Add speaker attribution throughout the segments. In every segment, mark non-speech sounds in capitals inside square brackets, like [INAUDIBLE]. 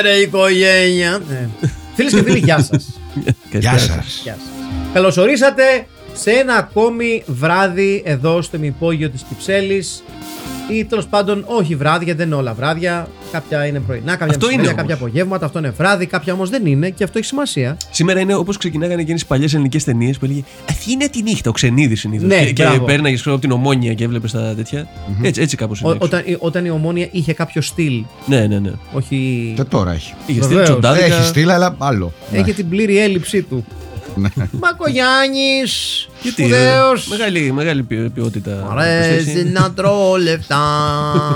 Speaker 1: Έρε Ε, οικογένεια. Φίλες και φίλοι, γεια σας.
Speaker 2: Γεια σα.
Speaker 1: Καλώ ορίσατε σε ένα ακόμη βράδυ εδώ στο ημυπόγειο της Κυψέλης. Ή τέλος πάντων, όχι βράδυ, γιατί δεν είναι όλα βράδια. Κάποια είναι πρωινά, κάποια
Speaker 2: Αυτό είναι
Speaker 1: μεσημέρια,
Speaker 2: όμως.
Speaker 1: κάποια απογεύματα. Αυτό είναι βράδυ, κάποια όμως δεν είναι και αυτό έχει σημασία.
Speaker 2: Σήμερα είναι όπως ξεκινάγανε εκείνες τι παλιές ελληνικές ταινίες που έλεγε Αθήνα τη νύχτα, ο ξενίδης συνήθω.
Speaker 1: Ναι,
Speaker 2: και, και
Speaker 1: μπράβο.
Speaker 2: πέρναγε ξέρω, από την ομόνια και έβλεπες τα τέτοια. Έτσι, έτσι κάπως
Speaker 1: Ό,
Speaker 2: είναι. έξω.
Speaker 1: όταν, όταν η ομόνια είχε κάποιο στυλ,
Speaker 2: Ναι, ναι, ναι.
Speaker 1: όχι.
Speaker 3: Και Ε, τώρα έχει.
Speaker 2: Είχε στείλει
Speaker 1: Βεβαίως.
Speaker 2: τσοντάδικα.
Speaker 3: Έχει στείλει, αλλά άλλο.
Speaker 1: Έχει την πλήρη έλλειψή του.
Speaker 3: Ναι.
Speaker 1: Μακογιάννης,
Speaker 2: Γιατί, ε,
Speaker 1: σπουδαίος.
Speaker 2: Μεγάλη, μεγάλη ποιο- ποιότητα.
Speaker 1: Αρέσεις
Speaker 2: προσθέση.
Speaker 1: να τρώω
Speaker 3: [LAUGHS]
Speaker 1: λεφτά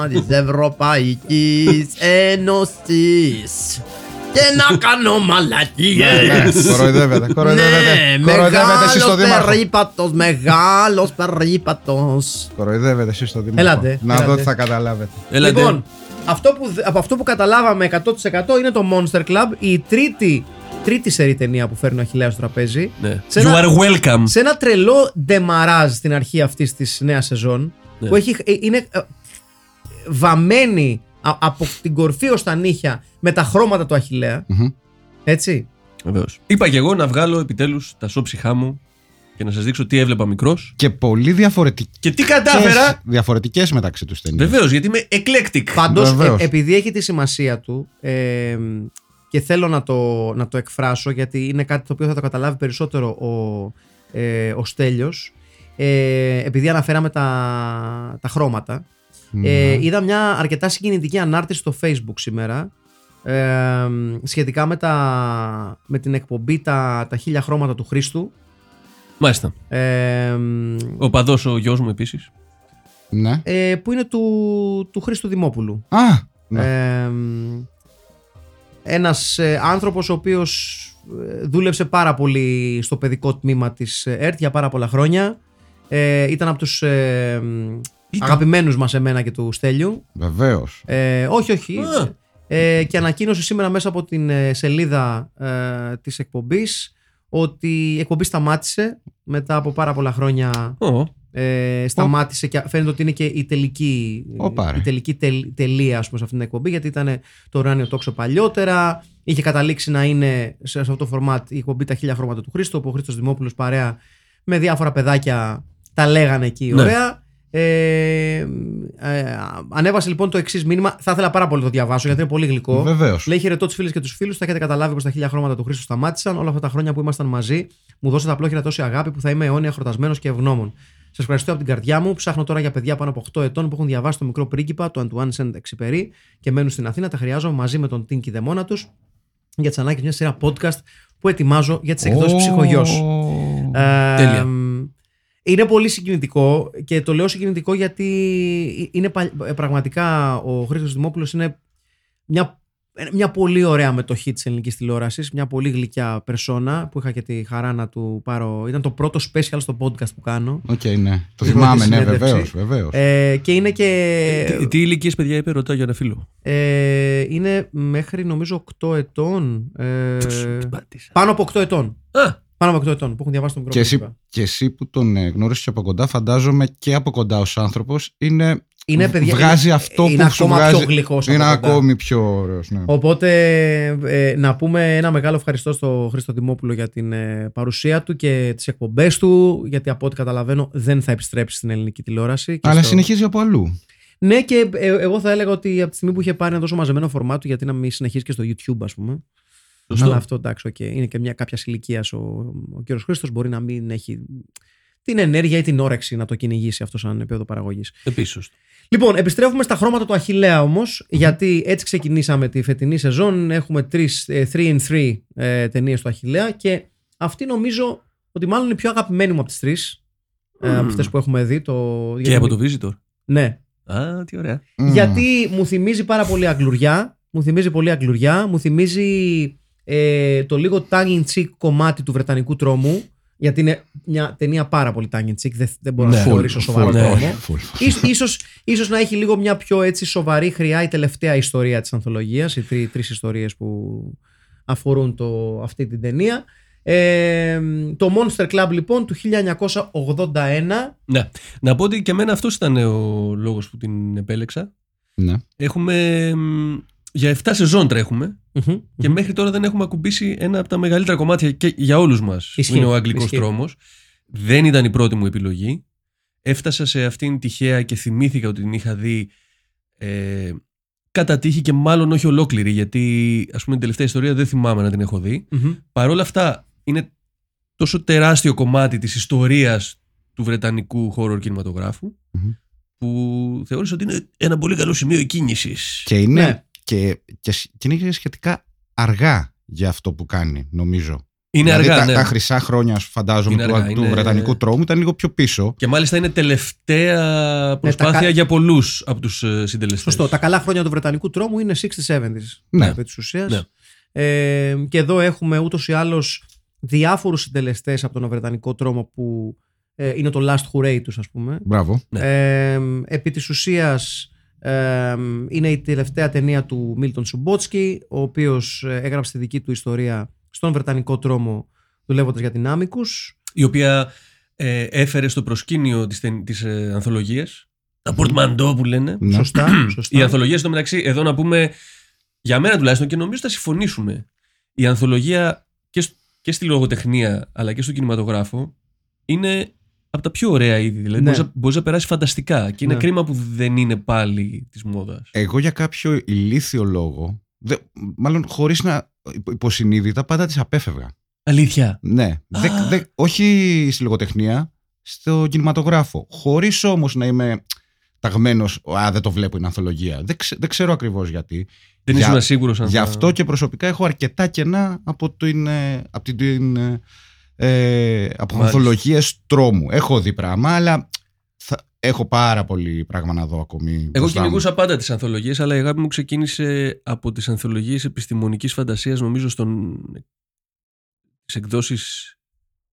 Speaker 1: της Ευρωπαϊκής Ένωσης και να κάνω
Speaker 3: Ναι,
Speaker 1: μαλακίες.
Speaker 3: Κοροϊδεύεται. Κοροϊδεύεται.
Speaker 1: Ναι,
Speaker 3: Κοροϊδεύετε εσεί στο
Speaker 1: μεγάλος
Speaker 3: Δήμαρχο.
Speaker 1: περίπατος, μεγάλος περίπατος.
Speaker 3: Κοροϊδεύετε εσεί στο Δήμαρχο.
Speaker 1: Έλατε,
Speaker 3: Να δω
Speaker 1: έλατε.
Speaker 3: τι θα καταλάβετε.
Speaker 2: Έλατε.
Speaker 1: Λοιπόν, αυτό που, δε- από αυτό που καταλάβαμε 100% είναι το Monster Club, η τρίτη, τρίτη σερή ταινία που φέρνει ο Αχιλέας στο τραπέζι.
Speaker 2: Ναι.
Speaker 1: Σε
Speaker 2: You
Speaker 1: ένα-
Speaker 2: are welcome.
Speaker 1: σε ένα τρελό ντεμαράζ στην αρχή αυτής της νέας σεζόν.
Speaker 2: Ναι.
Speaker 1: Που έχει, ε, είναι ε, βαμμένη α- από την κορφή ως τα νύχια με τα χρώματα του αχιλεα
Speaker 3: Μμμ.
Speaker 1: Έτσι.
Speaker 2: Βεβαίως. Είπα και εγώ να βγάλω επιτέλους τα σώψιχά μου και να σας δείξω τι έβλεπα μικρός.
Speaker 3: Και πολύ διαφορετικέ.
Speaker 2: Και τι κατάφερα.
Speaker 3: Διαφορετικές μεταξύ τους ταινίες.
Speaker 2: Βεβαίως, γιατί είμαι eclectic.
Speaker 1: Πάντως,
Speaker 3: Βεβαίως.
Speaker 1: ε, επειδή έχει τη σημασία του ε, και θέλω να το, να το εκφράσω γιατί είναι κάτι το οποίο θα το καταλάβει περισσότερο ο, ε, ο Στέλιος ε, επειδή αναφέραμε τα, τα χρώματα ε, είδα μια αρκετά συγκινητική ανάρτηση στο facebook σήμερα ε, σχετικά με, τα, με την εκπομπή τα, τα χίλια χρώματα του Χρήστου
Speaker 2: Μάλιστα.
Speaker 1: ε,
Speaker 2: Ο παδός ο γιος μου επίσης.
Speaker 3: Ναι.
Speaker 1: ε, που είναι του, του Χρήστου Δημόπουλου
Speaker 3: Α, ναι.
Speaker 1: Ε, ένας ε, άνθρωπος ο οποίος ε, δούλεψε πάρα πολύ στο παιδικό τμήμα της ε, ΕΡΤ για πάρα πολλά χρόνια. Ε, ήταν από τους ε, μ, αγαπημένους μας εμένα και του Στέλιου.
Speaker 3: Βεβαίως.
Speaker 1: Ε, όχι, όχι.
Speaker 2: Α.
Speaker 1: Ε, και ανακοίνωσε σήμερα μέσα από την ε, σελίδα ε, της εκπομπής ότι η εκπομπή σταμάτησε μετά από πάρα πολλά χρόνια
Speaker 2: Ω,
Speaker 1: ε, σταμάτησε και φαίνεται ότι είναι και η τελική,
Speaker 3: Οπα, ρε.
Speaker 1: η τελική τελ- τελεία ας πούμε, σε αυτήν την εκπομπή γιατί ήταν το ουράνιο τόξο παλιότερα είχε καταλήξει να είναι σε αυτό το φορμάτ η εκπομπή τα χίλια χρώματα του Χρήστο όπου ο Χρήστος Δημόπουλος παρέα με διάφορα παιδάκια τα λέγανε εκεί
Speaker 2: Ναι.
Speaker 1: ωραία ε, ε, ανέβασε λοιπόν το εξής μήνυμα. Θα ήθελα πάρα πολύ να το διαβάσω γιατί είναι πολύ γλυκό.
Speaker 3: Βεβαίως.
Speaker 1: Λέει χαιρετώ του φίλες και τους φίλους. Θα έχετε καταλάβει πως τα χίλια χρώματα του Χρήστου σταμάτησαν. Όλα αυτά τα χρόνια που ήμασταν μαζί, μου δώσατε απλόχερα τόση αγάπη που θα είμαι αιώνια χορτασμένο και ευγνώμων. Σας ευχαριστώ από την καρδιά μου. Ψάχνω τώρα για παιδιά πάνω από 8 ετών που έχουν διαβάσει το μικρό πρίγκιπα του Αντουάν Σεντ Εξυπερή και μένουν στην Αθήνα. Τα χρειάζομαι μαζί με τον Τίνκι Δεμόνα τους για τις ανάγκες μιας σειρά podcast που ετοιμάζω για τις εκδόσεις ψυχογειό. Ε,
Speaker 2: Τέλεια.
Speaker 1: μ, Είναι πολύ συγκινητικό και το λέω συγκινητικό γιατί είναι πα- ε, πραγματικά ο Χρήστος Δημόπουλος είναι μια, ε, μια πολύ ωραία μετοχή της ελληνικής τηλεόρασης, μια πολύ γλυκιά περσόνα που είχα και τη χαρά να του πάρω. Ήταν το πρώτο special στο podcast που κάνω.
Speaker 3: Οκ, ναι. Το
Speaker 1: Λοιπόν,
Speaker 3: θυμάμαι,
Speaker 1: της
Speaker 3: ναι,
Speaker 1: συνέντευξης.
Speaker 3: βεβαίως. Βεβαίως.
Speaker 1: Ε, και είναι και...
Speaker 2: Ε, Τι, τι ηλικίες, παιδιά, είπε, ρωτάω για ένα φίλο.
Speaker 1: ε, είναι μέχρι νομίζω 8 ετών. ε, πάνω από 8 ετών.
Speaker 2: Α,
Speaker 1: Πάνω από 8 ετών που έχουν διαβάσει το μικρό
Speaker 3: Και
Speaker 1: πρίγκιπα.
Speaker 3: εσύ, και εσύ που τον ε, γνώρισες και από κοντά, φαντάζομαι και από κοντά ως άνθρωπος, είναι,
Speaker 1: Είναι, παιδιά,
Speaker 3: βγάζει
Speaker 1: είναι-
Speaker 3: αυτό
Speaker 1: είναι
Speaker 3: που σου
Speaker 1: ακόμα
Speaker 3: βγάζει.
Speaker 1: πιο γλυκός από
Speaker 3: είναι
Speaker 1: κοντά.
Speaker 3: ακόμη πιο ωραίος, ναι.
Speaker 1: Οπότε ε, να πούμε ένα μεγάλο ευχαριστώ στο Χρήστο Δημόπουλο για την ε, παρουσία του και τις εκπομπές του γιατί από ό,τι καταλαβαίνω δεν θα επιστρέψει στην ελληνική τηλεόραση. και
Speaker 3: Αλλά
Speaker 1: στο-
Speaker 3: συνεχίζει από αλλού.
Speaker 1: Ναι και ε, εγώ θα έλεγα ότι από τη στιγμή που είχε πάρει ένα τόσο μαζεμένο φορμά του γιατί να μην συνεχίσει και στο YouTube ας πούμε.
Speaker 2: σωστό.
Speaker 1: Αλλά αυτό εντάξει, οκ. είναι και μια κάποια ηλικία ο, ο κύριος Χρήστος. Μπορεί να μην έχει την ενέργεια ή την όρεξη να το κυνηγήσει αυτό σαν επίπεδο παραγωγής.
Speaker 2: Επίσης.
Speaker 1: Λοιπόν, επιστρέφουμε στα χρώματα του Αχηλέα όμως, γιατί έτσι ξεκινήσαμε τη φετινή σεζόν. Έχουμε τρεις, ε, three in three ε, ταινίες του Αχηλέα και αυτή νομίζω ότι μάλλον είναι η πιο αγαπημένη μου από τις τρεις. Ε,
Speaker 2: Μμμ.
Speaker 1: από αυτές που έχουμε δει. Το...
Speaker 2: Και από το Visitor.
Speaker 1: Ναι.
Speaker 2: Α, τι ωραία.
Speaker 3: Μμμ.
Speaker 1: Γιατί μου θυμίζει πάρα πολύ αγγλουριά. Μου θυμίζει πολύ αγγλουριά. Μου θυμίζει ε, το λίγο tongue in cheek κομμάτι του βρετανικού τρόμου. Γιατί είναι μια ταινία πάρα πολύ tongue in cheek. Δεν, δεν μπορώ να
Speaker 3: Full,
Speaker 1: θεωρήσω σοβαρό
Speaker 3: full,
Speaker 2: ναι.
Speaker 1: τρόμο.
Speaker 3: όχι, full.
Speaker 1: Ίσως, ίσως, ίσως να έχει λίγο μια πιο έτσι σοβαρή χρειά η τελευταία ιστορία της ανθολογίας, οι τρει, τρεις ιστορίες που αφορούν το, αυτή την ταινία. Ε, το Monster Club λοιπόν του 1981
Speaker 2: Ναι. Να πω ότι και εμένα αυτός ήταν ο λόγος που την επέλεξα.
Speaker 3: Ναι.
Speaker 2: Έχουμε. μ, Για 7 σεζόν τρέχουμε και μέχρι τώρα δεν έχουμε ακουμπήσει ένα από τα μεγαλύτερα κομμάτια και για όλους μας.
Speaker 1: Ισχύει,
Speaker 2: Είναι ο Αγγλικός
Speaker 1: ισχύει.
Speaker 2: τρόμος. Δεν ήταν η πρώτη μου επιλογή. Έφτασα σε αυτήν τυχαία και θυμήθηκα ότι την είχα δει ε, κατά τύχη και μάλλον όχι ολόκληρη, γιατί ας πούμε την τελευταία ιστορία δεν θυμάμαι να την έχω δει.
Speaker 1: Μμμ.
Speaker 2: Παρ' όλα αυτά, είναι τόσο τεράστιο κομμάτι της ιστορίας του βρετανικού horror κινηματογράφου
Speaker 3: Μμμ.
Speaker 2: που θεώρησα ότι είναι ένα πολύ καλό σημείο κίνησης.
Speaker 3: Και είναι,
Speaker 1: Ναι.
Speaker 3: και, και, σ- και είναι σχετικά αργά για αυτό που κάνει, νομίζω.
Speaker 2: Είναι
Speaker 3: δηλαδή,
Speaker 2: αργά,
Speaker 3: τα,
Speaker 2: ναι.
Speaker 3: τα χρυσά χρόνια, σου φαντάζομαι,
Speaker 2: Είναι
Speaker 3: του,
Speaker 2: αργά,
Speaker 3: του
Speaker 2: είναι-
Speaker 3: βρετανικού τρόμου ήταν λίγο πιο πίσω.
Speaker 2: Και μάλιστα είναι
Speaker 3: Ναι,
Speaker 2: τελευταία προσπάθεια
Speaker 1: κα-
Speaker 2: για πολλούς από τους ε, συντελεστές.
Speaker 1: Σωστό, τα καλά χρόνια του βρετανικού τρόμου είναι 60-70s
Speaker 3: Ναι.
Speaker 1: επί της ουσίας.
Speaker 2: Ναι.
Speaker 1: Ε, και εδώ έχουμε ούτως ή άλλως διάφορους συντελεστές από τον βρετανικό τρόμο που ε, είναι το last hooray τους ας πούμε
Speaker 3: Μπράβο.
Speaker 1: Ε, επί της ουσίας ε, είναι η τελευταία ταινία του Μίλτον Σουμπότσκι, ο οποίος ε, έγραψε τη δική του ιστορία στον Βρετανικό τρόμο δουλεύοντας για την Άμικους.
Speaker 2: Η οποία ε, έφερε στο προσκήνιο της, ται- της ε, ανθολογίας τα πορτμαντό που λένε.
Speaker 3: Ναι.
Speaker 1: Σωστά, σωστά.
Speaker 2: Οι ανθολογίες, στο μεταξύ, εδώ να πούμε, για μένα τουλάχιστον και νομίζω θα συμφωνήσουμε. Η ανθολογία και, σ- και στη λογοτεχνία αλλά και στον κινηματογράφο είναι από τα πιο ωραία είδη. Δηλαδή,
Speaker 1: Ναι.
Speaker 2: μπορείς να- μπορείς να περάσεις φανταστικά και είναι
Speaker 1: Ναι.
Speaker 2: κρίμα που δεν είναι πάλι της μόδας.
Speaker 3: Εγώ για κάποιο ηλίθιο λόγο, δε, μάλλον χωρίς να υπο- υποσυνείδητα, πάντα τις απέφευγα.
Speaker 2: Αλήθεια.
Speaker 3: Ναι. Δε,
Speaker 2: Α.
Speaker 3: δε, όχι στη λογοτεχνία, στο κινηματογράφο. Χωρίς όμως να είμαι ταγμένος, Α, δεν το βλέπω, είναι ανθολογία. Δεν, ξε- δεν ξέρω ακριβώς γιατί.
Speaker 2: Δεν
Speaker 3: Για-
Speaker 2: ήσουν σίγουρος αν.
Speaker 3: Γι'
Speaker 2: θα-
Speaker 3: αυτό και προσωπικά έχω αρκετά κενά από την, ε, από την, την, ε, ε, από
Speaker 2: Μάλιστα.
Speaker 3: ανθολογίες τρόμου. Έχω δει πράγμα, αλλά θα, έχω πάρα πολύ πράγμα να δω ακόμη.
Speaker 2: Εγώ
Speaker 3: μπροστά μου.
Speaker 2: κυνηγούσα πάντα τις ανθολογίες, αλλά η αγάπη μου ξεκίνησε από τις ανθολογίες επιστημονικής φαντασίας, νομίζω, στον. τις εκδόσεις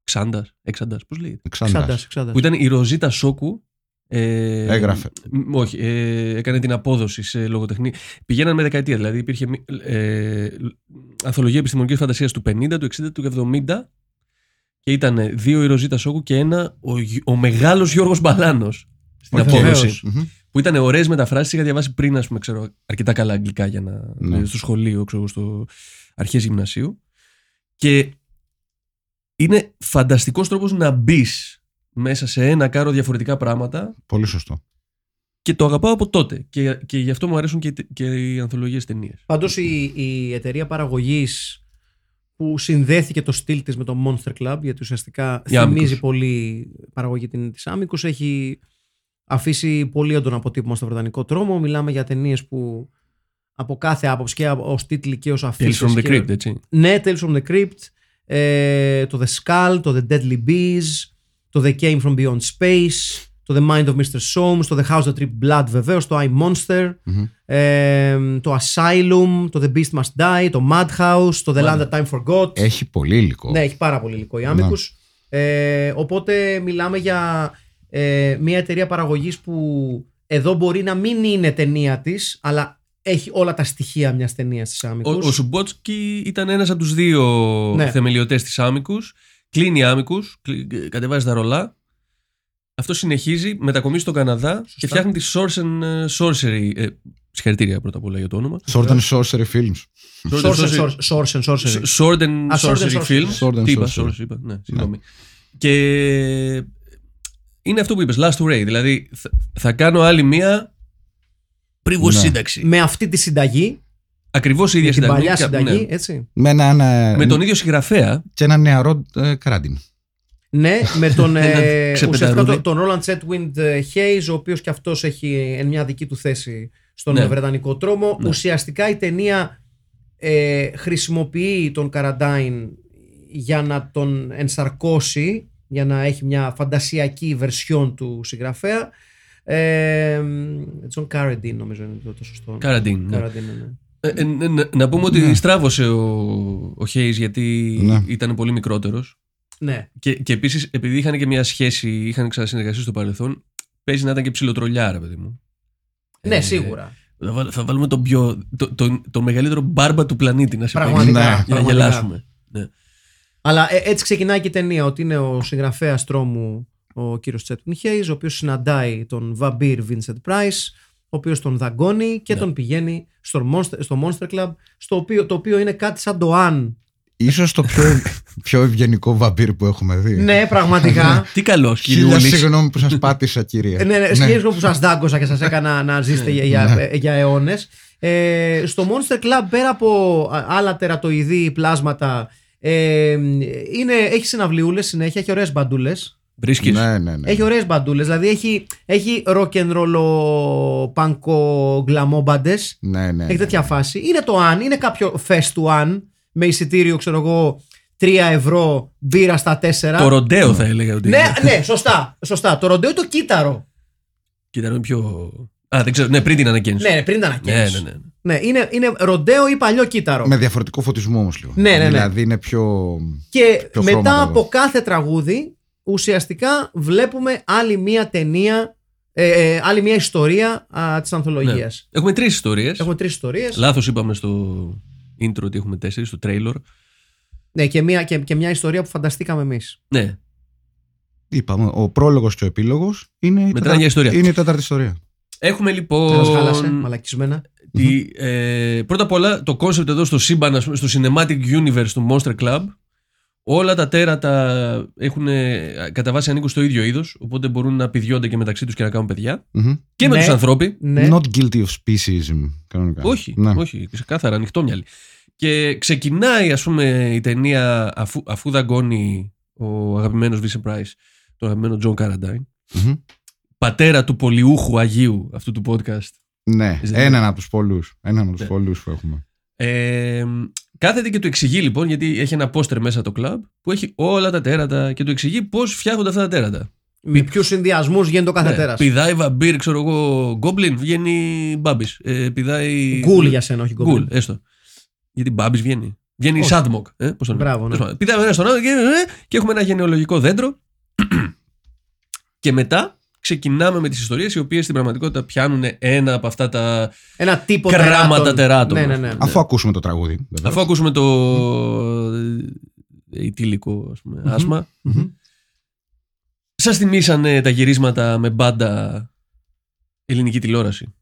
Speaker 2: Ξάντα. Εξάντα, πώ λέγεται.
Speaker 3: Εξάντρας.
Speaker 1: Ξάντας, Ξάντας.
Speaker 2: Που ήταν η Ροζίτα Σόκου. Ε,
Speaker 3: Έγραφε.
Speaker 2: μ, Όχι, ε, έκανε την απόδοση σε λογοτεχνία. Πηγαίναν με δεκαετία, δηλαδή υπήρχε μη- ε, ανθολογία επιστημονικής φαντασίας του 50, του 60, του 70 και ήταν δύο η Ροζίτα Σόκου και ένα ο, Γι- ο μεγάλος Γιώργος Μπαλάνος. Στην
Speaker 3: Οκ.
Speaker 2: απόδοση.
Speaker 3: Μμμ.
Speaker 2: Που ήταν ωραίες μεταφράσεις, είχα διαβάσει πριν, ας πούμε, ξέρω, αρκετά καλά αγγλικά για να.
Speaker 3: Ναι.
Speaker 2: στο σχολείο, ξέρω, στο αρχές γυμνασίου. Και είναι φανταστικός τρόπος να μπεις μέσα σε ένα κάρο διαφορετικά πράγματα
Speaker 3: Πολύ σωστό.
Speaker 2: και το αγαπάω από τότε. Και, και γι' αυτό μου αρέσουν και, οι τε- και οι ανθολογίες ταινίες.
Speaker 1: Πάντως η, η εταιρεία παραγωγής που συνδέθηκε το στυλ της με το Monster Club, γιατί ουσιαστικά
Speaker 2: Η
Speaker 1: θυμίζει
Speaker 2: Amicus.
Speaker 1: πολύ παραγωγή την- της Amicus, έχει αφήσει πολύ έντονο αποτύπωμα στο βρετανικό τρόμο. Μιλάμε για ταινίες που από κάθε άποψη και ως τίτλοι και ως
Speaker 2: Tales
Speaker 1: αφήσεις
Speaker 2: from the
Speaker 1: και-
Speaker 2: Crypt, έτσι.
Speaker 1: Ναι, Tales from the Crypt, ε, το The Skull, το The Deadly Bees, το The Came from Beyond Space, το The Mind of Mr. Soames, το The House That Tripped Blood βεβαίως, το I Monster,
Speaker 3: Μμμ.
Speaker 2: Mm-hmm.
Speaker 1: ε, το Asylum, το The Beast Must Die, το Madhouse, το The Land That Time Forgot.
Speaker 3: Έχει πολύ υλικό.
Speaker 1: Ναι, έχει πάρα πολύ υλικό η Amicus.
Speaker 2: Ναι.
Speaker 1: Ε, οπότε μιλάμε για ε, μια εταιρεία παραγωγής που εδώ μπορεί να μην είναι ταινία της, αλλά έχει όλα τα στοιχεία μιας ταινίας της Amicus.
Speaker 2: Ο, ο Σουμπότσκι ήταν ένας από τους δύο
Speaker 1: Ναι.
Speaker 2: θεμελιωτές της τη Άμικους. Κλείνει Άμικους, κατεβάζει τα ρολά. Αυτό συνεχίζει, μετακομίζει στον Καναδά και φτιάχνει τη Source and ε, Sorcery. Ε, συγχαρητήρια πρώτα απ' όλα για το όνομα.
Speaker 3: Sword and Sorcery Films.
Speaker 2: Sword and
Speaker 1: Source and
Speaker 2: Sorcery-
Speaker 1: Sorcery. Source and Sorcery.
Speaker 2: Sword and
Speaker 1: Α, Sword and
Speaker 2: Sorcery
Speaker 1: Sorcery.
Speaker 2: Film.
Speaker 3: Sword and
Speaker 2: Τι είπα,
Speaker 3: Sorcery.
Speaker 2: Source, είπα. Ναι, συγγνώμη. Και είναι αυτό που είπες, Last Hooray. Δηλαδή θα, θα κάνω άλλη μία πρίβος
Speaker 3: Ναι.
Speaker 2: σύνταξη.
Speaker 1: με αυτή τη συνταγή,
Speaker 2: Ακριβώς η
Speaker 1: με
Speaker 2: ίδια
Speaker 1: την
Speaker 2: συνταγή.
Speaker 1: παλιά
Speaker 2: κα-
Speaker 1: συνταγή,
Speaker 2: ναι.
Speaker 1: έτσι.
Speaker 3: Με, ένα, ένα-
Speaker 2: Με τον ίδιο συγγραφέα,
Speaker 3: και ένα νεαρό ε, Κράντιν.
Speaker 1: Ναι, με
Speaker 2: [LAUGHS]
Speaker 1: τον, ε,
Speaker 2: Έναν
Speaker 1: ουσιαστικά
Speaker 2: ξεπεταρούλη.
Speaker 1: τον, τον Roland Chetwind ε, Hayes, ο οποίος και αυτός έχει ε, μια δική του θέση στον
Speaker 2: Ναι.
Speaker 1: Βρετανικό τρόμο.
Speaker 2: Ναι.
Speaker 1: Ουσιαστικά η ταινία ε, χρησιμοποιεί τον Καραντάιν για να τον ενσαρκώσει, για να έχει μια φαντασιακή βερσιόν του συγγραφέα. Ε, John Carradine νομίζω είναι το, το σωστό.
Speaker 2: Καραντίν. ναι.
Speaker 1: Carradine, ναι.
Speaker 2: Ε, ε, ναι, ναι, να πούμε ότι
Speaker 3: Ναι.
Speaker 2: στράβωσε ο, ο Χέις γιατί
Speaker 3: Ναι.
Speaker 2: ήταν πολύ μικρότερος
Speaker 1: ναι.
Speaker 2: και, και επίσης επειδή είχαν και μια σχέση, είχαν ξανασυνεργαστεί στο παρελθόν παίζει να ήταν και ψιλοτρολιά ρε παιδί μου.
Speaker 1: Ναι,
Speaker 2: Ε,
Speaker 1: σίγουρα.
Speaker 2: Θα, βάλ- θα βάλουμε τον, πιο, το, τον, τον μεγαλύτερο μπάρμπα του πλανήτη να σε παίξει,
Speaker 1: Πραγματικά.
Speaker 3: ναι,
Speaker 2: για να
Speaker 3: για να
Speaker 1: πραγματικά.
Speaker 2: γελάσουμε. Ναι.
Speaker 1: Αλλά ε, έτσι ξεκινάει και η ταινία ότι είναι ο συγγραφέας τρόμου ο κύριος Τσέτμιν Χέι, ο οποίος συναντάει τον βαμπύρ Vincent Price, ο οποίος τον δαγκώνει και
Speaker 2: Ναι.
Speaker 1: τον πηγαίνει στο Monster, στο Monster Club, στο οποίο, το οποίο είναι κάτι σαν το αν.
Speaker 3: Ίσως το πιο, ευ-
Speaker 1: [LAUGHS]
Speaker 3: πιο ευγενικό βαμπύρ που έχουμε δει.
Speaker 1: ναι, πραγματικά.
Speaker 2: Τι καλό,
Speaker 3: Χίλια
Speaker 2: κυριούλης.
Speaker 3: συγγνώμη που σας πάτησα, κύριε.
Speaker 1: Ε, ναι, ναι, σχέδιο που σας δάγκωσα και σας έκανα να ζήσετε για, για, για αιώνες. Ε, στο Monster Club, πέρα από α- άλλα τερατοειδή πλάσματα, ε, είναι, έχει συναυλιούλες συνέχεια, έχει ωραίες μπαντούλες
Speaker 2: Βρίσκεις.
Speaker 3: ναι, ναι, ναι.
Speaker 1: Έχει ωραίες μπαντούλες. Δηλαδή έχει, έχει rock and roll πανκο γκλαμό μπάντες.
Speaker 3: ναι, ναι,
Speaker 1: Έχει
Speaker 3: ναι.
Speaker 1: τέτοια φάση. Είναι το αν, είναι κάποιο fest του αν με εισιτήριο, ξέρω εγώ, 3 ευρώ, μπύρα στα 4.
Speaker 2: Το ροντέο θα έλεγα ότι
Speaker 1: Ναι,
Speaker 2: είναι.
Speaker 1: ναι, σωστά. σωστά. Το ροντέο ή το κύτταρο.
Speaker 2: Κοίτα, είναι πιο... Α, δεν ξέρω, ναι, πριν την ανακαίνιση.
Speaker 1: Ναι, ναι, πριν τα
Speaker 2: ναι,
Speaker 1: ανακαίνεις.
Speaker 2: ναι, ναι.
Speaker 1: Ναι, είναι, είναι ροντέο ή παλιό κύτταρο.
Speaker 3: Με διαφορετικό φωτισμό όμως λίγο.
Speaker 1: Ναι, ναι, ναι.
Speaker 3: Δηλαδή είναι πιο...
Speaker 1: Και
Speaker 3: πιο
Speaker 1: μετά
Speaker 3: χρώματα,
Speaker 1: από
Speaker 3: βέβαια.
Speaker 1: κάθε τραγούδι, ουσιαστικά βλέπουμε άλλη μία ταινία, ε, ε, άλλη μία ιστορία α, της ανθολογίας.
Speaker 2: Έχουμε τρεις ιστορίες.
Speaker 1: Έχουμε τρεις ιστορίες.
Speaker 2: Λάθος είπαμε στο intro ότι έχουμε τέσσερις, στο trailer.
Speaker 1: Ναι, και μια, και, και μια ιστορία που φανταστήκαμε εμείς.
Speaker 2: Ναι,
Speaker 3: Είπαμε, ο πρόλογος και ο επίλογος είναι η,
Speaker 2: Μετράνε για ιστορία.
Speaker 3: είναι η τέταρτη ιστορία.
Speaker 2: έχουμε
Speaker 1: Ένα χάλασε,
Speaker 2: λοιπόν...
Speaker 1: μαλακισμένα.
Speaker 2: Τη, ε, πρώτα απ' όλα το concept εδώ στο σύμπαν, ας πούμε, στο cinematic universe του Monster Club, όλα τα τέρατα έχουν ε, κατά βάση ανήκουν στο ίδιο είδος, οπότε μπορούν να πηδιώνται και μεταξύ τους και να κάνουν παιδιά.
Speaker 3: Μμμ.
Speaker 2: Και με
Speaker 1: Ναι.
Speaker 2: τους ανθρώπι,
Speaker 1: Ναι.
Speaker 3: Not guilty of speciesism, κανονικά.
Speaker 2: Όχι,
Speaker 3: Ναι.
Speaker 2: όχι, ξεκάθαρα, ανοιχτόμυαλη. Και ξεκινάει, ας πούμε, η ταινία αφού, αφού δαγκώνει ο αγαπημένος Vincent Price, τον αγαπημένο John Carradine,
Speaker 3: Μμμ.
Speaker 2: πατέρα του πολιούχου Αγίου αυτού του podcast.
Speaker 3: Ναι,
Speaker 2: Δηλαδή-
Speaker 3: έναν από τους πολλούς. Έναν από τους
Speaker 2: Ναι.
Speaker 3: πολλούς που έχουμε.
Speaker 2: Ε, κάθεται και του εξηγεί λοιπόν, γιατί έχει ένα πόστερ μέσα το κλαμπ που έχει όλα τα τέρατα και του εξηγεί πώς φτιάχνονται αυτά τα τέρατα.
Speaker 1: Με ποιου συνδυασμού γίνεται το κάθε
Speaker 2: Ναι,
Speaker 1: τέρας.
Speaker 2: πηδάει βαμπύρ, ξέρω εγώ, γκόμπλιν, βγαίνει μπάμπι. Ε, πηδάει.
Speaker 1: Γκουλ για σένα, όχι
Speaker 2: Γκουλ,
Speaker 1: γκουλ.
Speaker 2: έστω. Γιατί μπάμπι βγαίνει. Βγαίνει
Speaker 1: Όχι.
Speaker 2: Σάντμοκ. Ε, πώς τον
Speaker 1: Μπράβο, ναι.
Speaker 2: Τέλος πάντων. Πηδάμε ένα στον άλλο και, ε, και έχουμε ένα γενεολογικό δέντρο. [CLEARS THROAT] και μετά ξεκινάμε με τις ιστορίες οι οποίες στην πραγματικότητα πιάνουν ένα από αυτά τα.
Speaker 1: Ένα τύπο
Speaker 2: Κράματα
Speaker 1: τεράτων.
Speaker 2: τεράτων.
Speaker 1: Ναι, ναι, ναι.
Speaker 3: Αφού ακούσουμε το τραγούδι. βέβαια.
Speaker 2: Αφού ακούσουμε το. ε, Ιτήλικο ας πούμε,
Speaker 1: Μμμ.
Speaker 2: άσμα.
Speaker 1: Μμμ.
Speaker 2: Σας θυμήσανε τα γυρίσματα με μπάντα ελληνική τηλεόραση.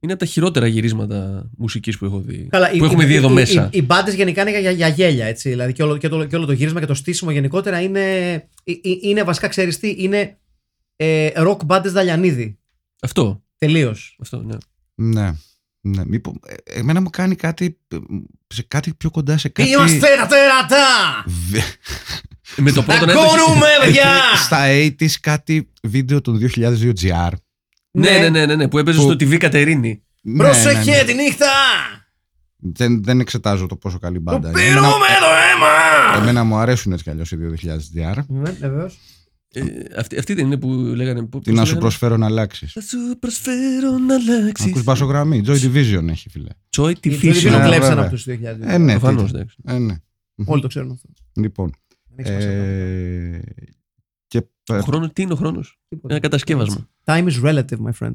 Speaker 2: Είναι από τα χειρότερα γυρίσματα μουσικής που έχω δει.
Speaker 1: Καλά,
Speaker 2: που έχουμε δει εδώ
Speaker 1: οι,
Speaker 2: μέσα.
Speaker 1: Οι, οι μπάντες γενικά είναι για, για γέλια. Έτσι. Δηλαδή και όλο, και, το, και όλο το γύρισμα και το στήσιμο γενικότερα είναι, ε, ε, είναι βασικά ξέρεις τι, είναι ε, rock μπάντες Δαλιανίδη.
Speaker 2: Αυτό.
Speaker 1: Τελείως.
Speaker 2: αυτό ναι.
Speaker 3: Ναι. ναι. Μήπω- ε, εμένα μου κάνει κάτι, ε, σε κάτι πιο κοντά σε κάτι...
Speaker 1: Ε, Είμαστε τα τέρατα!
Speaker 3: Βε-
Speaker 2: Με το πρώτο να το-
Speaker 1: Ακούνουμε, παιδιά!
Speaker 3: Στα 80s κάτι βίντεο των 2002 GR.
Speaker 2: Ναι, ναι, ναι, ναι, ναι, που έπαιζε
Speaker 3: Που-
Speaker 2: στο TV Κατερίνη.
Speaker 3: Ναι, ναι, ναι.
Speaker 1: Πρόσεχε τη νύχτα!
Speaker 3: Δεν, δεν εξετάζω το πόσο καλή
Speaker 1: Του
Speaker 3: μπάντα είναι.
Speaker 1: πήρουμε το αίμα!
Speaker 3: εμένα μου αρέσουν έτσι κι αλλιώς οι 2000 GR.
Speaker 1: Ναι, βεβαίως.
Speaker 2: Ε, αυτή, αυτή δεν είναι που λέγανε. πώς
Speaker 3: Τι να
Speaker 2: λέγανε?
Speaker 3: σου προσφέρω να αλλάξεις.
Speaker 2: Θα σου προσφέρω να αλλάξεις.
Speaker 3: Ακούς μπασογραμμή. Joy Division έχει, φίλε.
Speaker 2: Τσόι τη
Speaker 1: Οι Φίλιπποι
Speaker 2: φύση.
Speaker 3: ναι,
Speaker 1: το κλέψαν
Speaker 3: βέβαια.
Speaker 1: από του 2000.
Speaker 3: Ε, ναι,
Speaker 2: Προφανώς,
Speaker 3: τι-
Speaker 2: εντάξει.
Speaker 3: ε, ναι.
Speaker 1: Όλοι το ξέρουν αυτό.
Speaker 3: Λοιπόν.
Speaker 1: Δεν έχει σημασία.
Speaker 3: ε, και
Speaker 2: Ο χρόνος, τι είναι ο χρόνος.
Speaker 1: Τίποτα.
Speaker 2: Ένα κατασκεύασμα.
Speaker 1: Time is relative, my friend.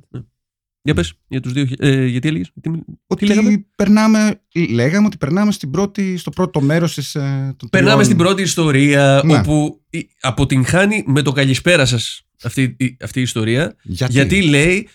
Speaker 2: Για πες, για τους δύο. Ε, γιατί έλεγες. Τι...
Speaker 3: ότι
Speaker 2: λέγαμε?
Speaker 3: περνάμε, λέγαμε ότι περνάμε στην πρώτη, στο πρώτο ε, μέρος της.
Speaker 2: Περνάμε στην πρώτη ιστορία
Speaker 3: Ναι.
Speaker 2: όπου η- αποτυγχάνει με το καλησπέρα σας αυτή, η- αυτή η ιστορία.
Speaker 3: Γιατί,
Speaker 2: Γιατί λέει.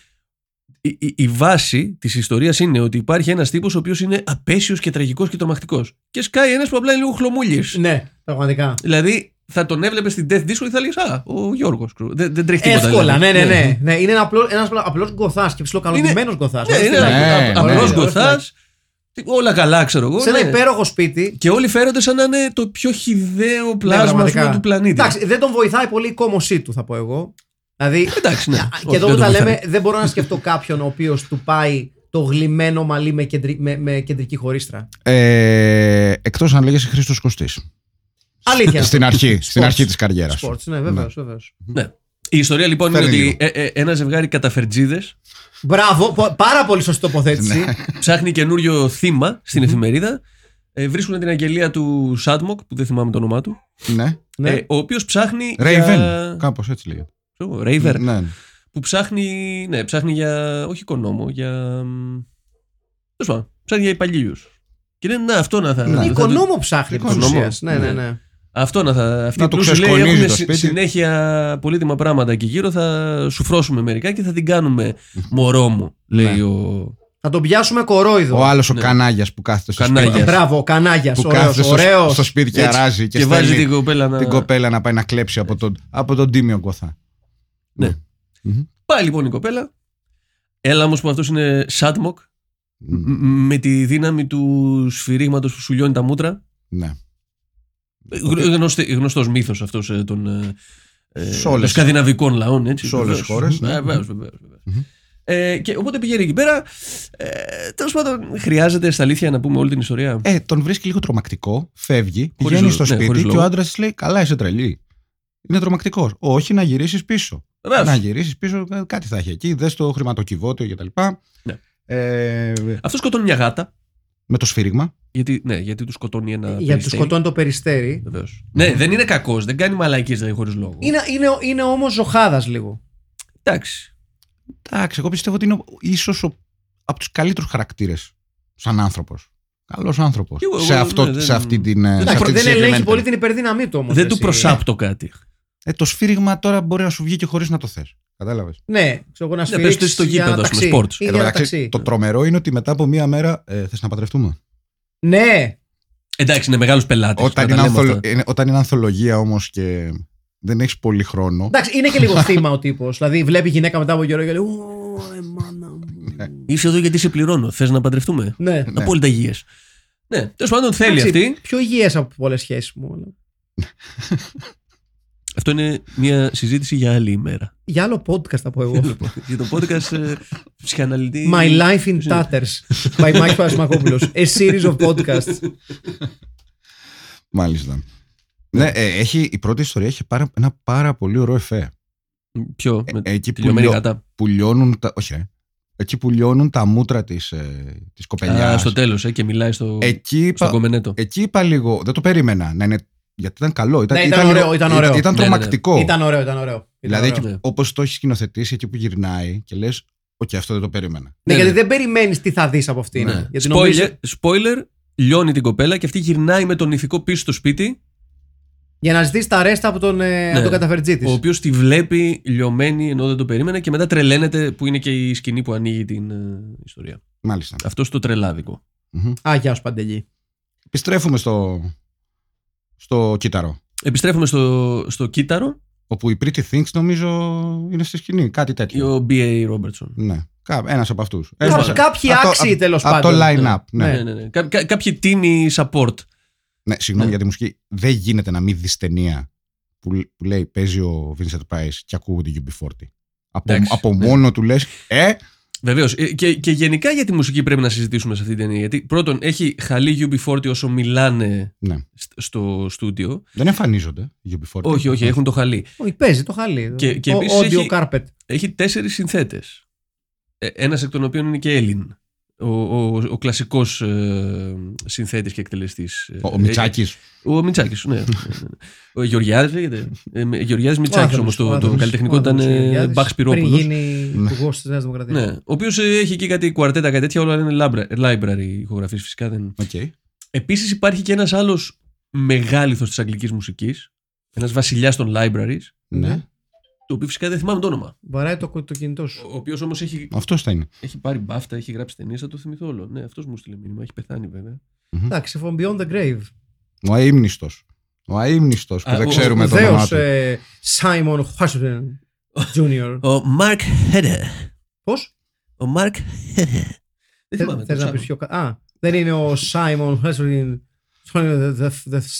Speaker 2: Η, η, η βάση της ιστορίας είναι ότι υπάρχει ένας τύπος ο οποίος είναι απέσιος και τραγικός και τρομακτικός. Και σκάει ένας που απλά είναι λίγο χλωμούλης.
Speaker 1: Ναι, πραγματικά.
Speaker 2: Δηλαδή θα τον έβλεπες στην Death Disco και θα λες Α, ο Γιώργος. Δεν, δεν τρέχει τίποτα.
Speaker 1: Εύκολα, ναι,
Speaker 2: δηλαδή.
Speaker 1: ναι, ναι. ναι. Είναι ένα απλό ένας απλός γκοθάς και ψηλό καλοδημένο γκοθάς.
Speaker 2: Ναι, είναι
Speaker 3: Ναι,
Speaker 2: ένα
Speaker 3: ναι,
Speaker 2: απλός
Speaker 3: ναι.
Speaker 2: γκοθά Τι, Όλα καλά, ξέρω εγώ.
Speaker 1: σε ένα
Speaker 2: ναι.
Speaker 1: υπέροχο σπίτι.
Speaker 2: Και όλοι φέρονται σαν να είναι το πιο χιδαίο πλάσμα ας
Speaker 1: Ναι, πραγματικά.
Speaker 2: πούμε, του πλανήτη.
Speaker 1: Εντάξει, δεν τον βοηθάει πολύ η κόμωσή του, θα πω εγώ. Δηλαδή,
Speaker 2: Εντάξει, ναι. Όχι,
Speaker 1: και εδώ
Speaker 2: δεν
Speaker 1: που
Speaker 2: το
Speaker 1: τα λέμε,
Speaker 2: βοηθάει.
Speaker 1: δεν μπορώ να σκεφτώ κάποιον ο οποίος του πάει το γλυμμένο μαλλί με, κεντρι- με- με κεντρική χωρίστρα.
Speaker 3: Ε, Εκτός αν λέγεσαι Χρήστος Κωστής.
Speaker 1: Αλήθεια.
Speaker 3: Στην αρχή, στην
Speaker 1: Sports.
Speaker 3: αρχή της καριέρας.
Speaker 1: Sports, ναι, βεβαίως, βεβαίω.
Speaker 2: Η ιστορία λοιπόν είναι
Speaker 3: Φέρνει
Speaker 2: ότι
Speaker 3: λίγο.
Speaker 2: ε, ε, ένα ζευγάρι καταφερτζίδες
Speaker 1: Μπράβο, πο- πάρα πολύ σωστή τοποθέτηση.
Speaker 2: ψάχνει καινούριο θύμα στην εφημερίδα. Ε, βρίσκουν την αγγελία του Σάτμοκ, που δεν θυμάμαι το όνομά του.
Speaker 3: Ναι.
Speaker 1: ναι.
Speaker 2: Ε, ο οποίος ψάχνει.
Speaker 3: Raven.
Speaker 2: Για...
Speaker 3: Κάπως έτσι λέγεται.
Speaker 2: Ξέρω εγώ, Raver.
Speaker 3: Ναι.
Speaker 2: Που ψάχνει. Ναι, ψάχνει για. Όχι οικονόμο, για. μ, Τέλος πάντων. Ψάχνει για υπαλλήλους. Και λένε, να, αυτό να θα.
Speaker 3: Ναι.
Speaker 2: θα-
Speaker 1: Οικονόμο ψάχνει τη
Speaker 3: Οικονόμο.
Speaker 1: ουσία. Ναι, ναι, ναι.
Speaker 2: Αυτό να θα. Αυτή
Speaker 3: Να
Speaker 2: η
Speaker 3: το
Speaker 2: πλούσιοι, λέει,
Speaker 3: ξεσκονίζει
Speaker 2: έχουν
Speaker 3: το
Speaker 2: συ-
Speaker 3: σπίτι.
Speaker 2: συνέχεια πολύτιμα πράγματα εκεί γύρω. Θα σου φρώσουμε μερικά και θα την κάνουμε μωρό μου, λέει
Speaker 3: Ναι.
Speaker 2: ο.
Speaker 1: Θα τον πιάσουμε
Speaker 3: Ο
Speaker 1: κορόιδο.
Speaker 3: άλλος ο
Speaker 2: Ναι.
Speaker 3: κανάγιας που κάθεται στο
Speaker 2: Κανάγιας.
Speaker 3: σπίτι.
Speaker 1: Μπράβο, ο κανάγιας.
Speaker 3: Που κάθεται στο,
Speaker 1: Ωραίος.
Speaker 3: στο σπίτι και
Speaker 2: Έτσι.
Speaker 3: αράζει και,
Speaker 2: Και, βάζει
Speaker 3: στέλνει
Speaker 2: την κοπέλα να.
Speaker 3: την κοπέλα να πάει να κλέψει από τον, από τον τίμιο Γκοθά.
Speaker 2: Ναι. Πάει λοιπόν η κοπέλα. Έλα όμως που αυτός είναι Σάτμοκ.
Speaker 3: Μ,
Speaker 2: μ- με τη δύναμη του σφυρίγματος που σου λιώνει τα μούτρα.
Speaker 3: Ναι.
Speaker 2: Γνω- γνωστή- γνωστός μύθος αυτός ε, των, ε, ε,
Speaker 3: Σε όλες.
Speaker 2: των σκανδιναβικών λαών. Έτσι,
Speaker 3: Σε όλες
Speaker 2: βεβαίως.
Speaker 3: τις χώρες, ναι.
Speaker 2: Ε, βεβαίως, βεβαίως, βεβαίως.
Speaker 3: Μμμ.
Speaker 2: Ε, και οπότε πηγαίνει εκεί πέρα. Ε, Τέλος πάντων, χρειάζεται στα αλήθεια να πούμε όλη την ιστορία.
Speaker 3: Ε, τον βρίσκει λίγο τρομακτικό, φεύγει, πηγαίνει
Speaker 2: λόγο,
Speaker 3: στο
Speaker 2: ναι,
Speaker 3: σπίτι
Speaker 2: χωρίς
Speaker 3: και
Speaker 2: λόγο.
Speaker 3: ο άντρας της λέει: Καλά, είσαι τρελή. Είναι τρομακτικός. Όχι, να γυρίσεις πίσω.
Speaker 2: Βεβαίως.
Speaker 3: Να γυρίσεις πίσω, ε, κάτι θα έχει εκεί. Δες το χρηματοκιβώτιο κτλ.
Speaker 2: Ναι.
Speaker 3: Ε,
Speaker 2: Αυτό σκοτώνει μια γάτα.
Speaker 3: με το σφύριγμα.
Speaker 2: Γιατί, ναι, γιατί τους σκοτώνει ένα.
Speaker 1: Για του σκοτώνει το περιστέρι.
Speaker 2: Βεβαίως. Ναι, δεν είναι κακός, δεν κάνει μαλακίες δηλαδή χωρίς λόγο.
Speaker 1: Είναι, είναι, είναι όμως ζωχάδα λίγο.
Speaker 2: Εντάξει.
Speaker 3: Εντάξει, εγώ πιστεύω ότι είναι ίσω από τους καλύτερους χαρακτήρες σαν άνθρωπος. Καλός άνθρωπος.
Speaker 2: Κι εγώ-
Speaker 3: Σε,
Speaker 2: εγώ,
Speaker 3: αυτό,
Speaker 2: ναι, δεν-
Speaker 3: σε αυτή την. ε, σε
Speaker 1: Εντάξει,
Speaker 3: αυτή τη
Speaker 1: δεν ελέγχει
Speaker 3: συγκεκριμένη
Speaker 1: πολύ την υπερδύναμή του όμως.
Speaker 2: δεν του προσάπτω κάτι.
Speaker 3: Ε, το σφύριγμα τώρα μπορεί να σου βγει και χωρίς να το θες. Κατάλαβες.
Speaker 1: Ναι, ξέρω εγώ να
Speaker 2: Ναι,
Speaker 1: σου
Speaker 2: παίζει στο γήπεδο, ας πούμε, sports.
Speaker 1: Ή για ένα ταξί.
Speaker 3: το τρομερό είναι ότι μετά από μία μέρα ε, θες να παντρευτούμε.
Speaker 1: Ναι,
Speaker 2: Εντάξει, είναι μεγάλος πελάτης.
Speaker 3: Όταν είναι, ανθολο- είναι- όταν είναι ανθολογία όμως και δεν έχεις πολύ χρόνο.
Speaker 1: εντάξει, είναι και λίγο θύμα ο τύπος. Δηλαδή, βλέπει γυναίκα μετά από καιρό και λέει «Ω, ε, μάνα μου».
Speaker 2: Είσαι εδώ γιατί σε πληρώνω. Θες να παντρευτούμε.
Speaker 1: Ναι.
Speaker 3: Ναι.
Speaker 2: Απόλυτα υγιές. Ναι, τέλος πάντων θέλει
Speaker 1: Εντάξει,
Speaker 2: αυτή.
Speaker 1: Πιο υγιές από πολλές σχέσεις μου. αλλά.
Speaker 2: Αυτό είναι μια συζήτηση για άλλη ημέρα.
Speaker 1: Για άλλο podcast θα πω εγώ.
Speaker 2: για το podcast ε, ψυχαναλυτή.
Speaker 1: My Life in Tatters by Mike Παπασμακόπουλο. A series of podcasts.
Speaker 3: Μάλιστα. Ναι, ε, έχει, η πρώτη ιστορία έχει πάρα, ένα πάρα πολύ ωραίο εφέ.
Speaker 2: Ποιο,
Speaker 3: Ε,
Speaker 2: με
Speaker 3: εκεί
Speaker 2: τη
Speaker 3: που
Speaker 2: λιωμένη
Speaker 3: λιώ-
Speaker 2: γάτα.
Speaker 3: που λιώνουν τα. Όχι, ρε. Εκεί που λιώνουν τα μούτρα της ε, της κοπελιά.
Speaker 2: Α, στο τέλος, ε, και μιλάει στο,
Speaker 3: εκεί,
Speaker 2: στο
Speaker 3: είπα,
Speaker 2: κομμενέτο.
Speaker 3: εκεί είπα λίγο. Δεν το περίμενα να είναι. Γιατί ήταν καλό. Ήταν,
Speaker 1: Ναι, ήταν
Speaker 3: λίγο-
Speaker 1: ωραίο, ήταν ωραίο.
Speaker 3: ήταν
Speaker 2: Ναι, ναι, ναι.
Speaker 3: τρομακτικό.
Speaker 1: Ήταν ωραίο, ήταν ωραίο. Ήταν
Speaker 3: δηλαδή,
Speaker 1: ωραίο. ναι.
Speaker 2: ωραίο.
Speaker 3: όπως το έχεις σκηνοθετήσει, εκεί που γυρνάει και λες, Οκ, αυτό δεν το περίμενα.
Speaker 1: Ναι,
Speaker 2: Ναι,
Speaker 1: γιατί
Speaker 2: ναι.
Speaker 1: δεν περιμένεις τι θα δεις από αυτήν.
Speaker 3: Ναι.
Speaker 1: Γιατί
Speaker 2: Spoiler,
Speaker 1: νομίζω-
Speaker 2: spoiler, λιώνει την κοπέλα και αυτή γυρνάει με τον ηθικό πίσω στο σπίτι,
Speaker 1: Για να ζητήσει τα ρέστα από τον, ε, από τον καταφερτζή της.
Speaker 2: Ναι. ο οποίος τη βλέπει λιωμένη ενώ δεν το περίμενε και μετά τρελαίνεται που είναι και η σκηνή που ανοίγει την ε, ιστορία.
Speaker 3: Μάλιστα.
Speaker 2: Αυτό στο τρελάδικο.
Speaker 3: Μμμ.
Speaker 1: Α, γεια σου Παντελή.
Speaker 3: Επιστρέφουμε στο, στο κύτταρο.
Speaker 2: Επιστρέφουμε στο, στο κύτταρο.
Speaker 3: Όπου η Pretty Things νομίζω είναι στη σκηνή, κάτι
Speaker 2: ή
Speaker 3: τέτοιο.
Speaker 2: Ο BA Robertson.
Speaker 3: Ναι. Ένας από αυτούς.
Speaker 2: Έσπασε.
Speaker 1: Κάποιοι
Speaker 3: Από το-
Speaker 1: άξιοι τέλος
Speaker 3: Από το
Speaker 1: πάντων.
Speaker 3: line-up. Ναι.
Speaker 2: Ναι, ναι, ναι. Κά- κά- κάποιοι τίμοι support.
Speaker 3: Ναι,
Speaker 2: Ναι.
Speaker 3: συγγνώμη για τη μουσική. Δεν γίνεται να μην δεις ταινία που, που λέει παίζει ο Vincent Price και ακούγονται οι UB40. Από,
Speaker 2: Εντάξει,
Speaker 3: από
Speaker 2: ναι.
Speaker 3: μόνο του λες. Ε,
Speaker 2: Βεβαίως. Και, και γενικά για τη μουσική πρέπει να συζητήσουμε σε αυτή την ταινία. Γιατί πρώτον, έχει χαλή UB40 όσο μιλάνε
Speaker 3: Ναι.
Speaker 2: σ- στο στούντιο.
Speaker 3: δεν εμφανίζονται οι UB40.
Speaker 2: Όχι, όχι, έχουν το χαλί.
Speaker 1: Όχι, παίζει το χαλί.
Speaker 2: Και- και
Speaker 1: ο,
Speaker 2: επίσης
Speaker 1: audio
Speaker 2: έχει-
Speaker 1: carpet.
Speaker 2: Έχει τέσσερις συνθέτες. Ένας εκ των οποίων είναι και Έλλην. Ο, ο, ο κλασικός ε, συνθέτης και εκτελεστής.
Speaker 3: Ο, ο Μιτσάκη.
Speaker 2: Ο Μιτσάκη, ναι. ναι, ναι, ναι. ο Γεωργιάδης λέγεται. Ε, με- Γεωργιάδης Μιτσάκης
Speaker 1: Ο
Speaker 2: όμως
Speaker 1: άνθρωπος,
Speaker 2: το,
Speaker 1: ο
Speaker 2: το
Speaker 1: άνθρωπος,
Speaker 2: καλλιτεχνικό
Speaker 1: ο
Speaker 2: ήταν
Speaker 1: άνθρωπος, ο Γεωργιάδης,
Speaker 2: Μπαξ
Speaker 1: Πριν
Speaker 2: Πυρόπουλος.
Speaker 1: γίνει
Speaker 3: Ναι.
Speaker 1: υπουργός της Νέας Δημοκρατίας.
Speaker 2: Ναι, ο οποίος έχει εκεί κάτι κουαρτέτα, κάτι τέτοια, όλα είναι λάμπρα- library ηχογραφής φυσικά. Δεν...
Speaker 3: Okay.
Speaker 2: Επίσης υπάρχει και ένας άλλος μεγάλυθο της αγγλικής μουσικής, ένας βασιλιάς των libraries,
Speaker 3: Ναι.
Speaker 2: το οποίο φυσικά δεν θυμάμαι το όνομα.
Speaker 1: Βαράει το, το κινητό σου.
Speaker 2: Ο οποίος όμως έχει,
Speaker 3: Αυτός θα είναι.
Speaker 2: έχει πάρει μπάφτα, έχει γράψει ταινίες, θα το θυμηθώ όλο. Ναι, αυτός μου στείλε μήνυμα, έχει πεθάνει βέβαια.
Speaker 1: Εντάξει, from beyond the grave.
Speaker 3: Ο αίμνηστο. Ο αίμνηστο
Speaker 2: Α,
Speaker 3: που δεν
Speaker 2: ο- ε.
Speaker 3: ξέρουμε το όνομά
Speaker 1: Βεβαίω,
Speaker 3: του.
Speaker 1: Σάιμον Χάσουτεν ε, Junior.
Speaker 2: Ο Mark Hedder.
Speaker 1: Πώς?
Speaker 2: Ο Mark Hedder. Δεν θυμάμαι.
Speaker 1: Θε
Speaker 2: το
Speaker 1: να πει
Speaker 2: ψάχνω.
Speaker 1: πιο. κα- Α, Δεν είναι ο Σάιμον Χέσλιν the, the,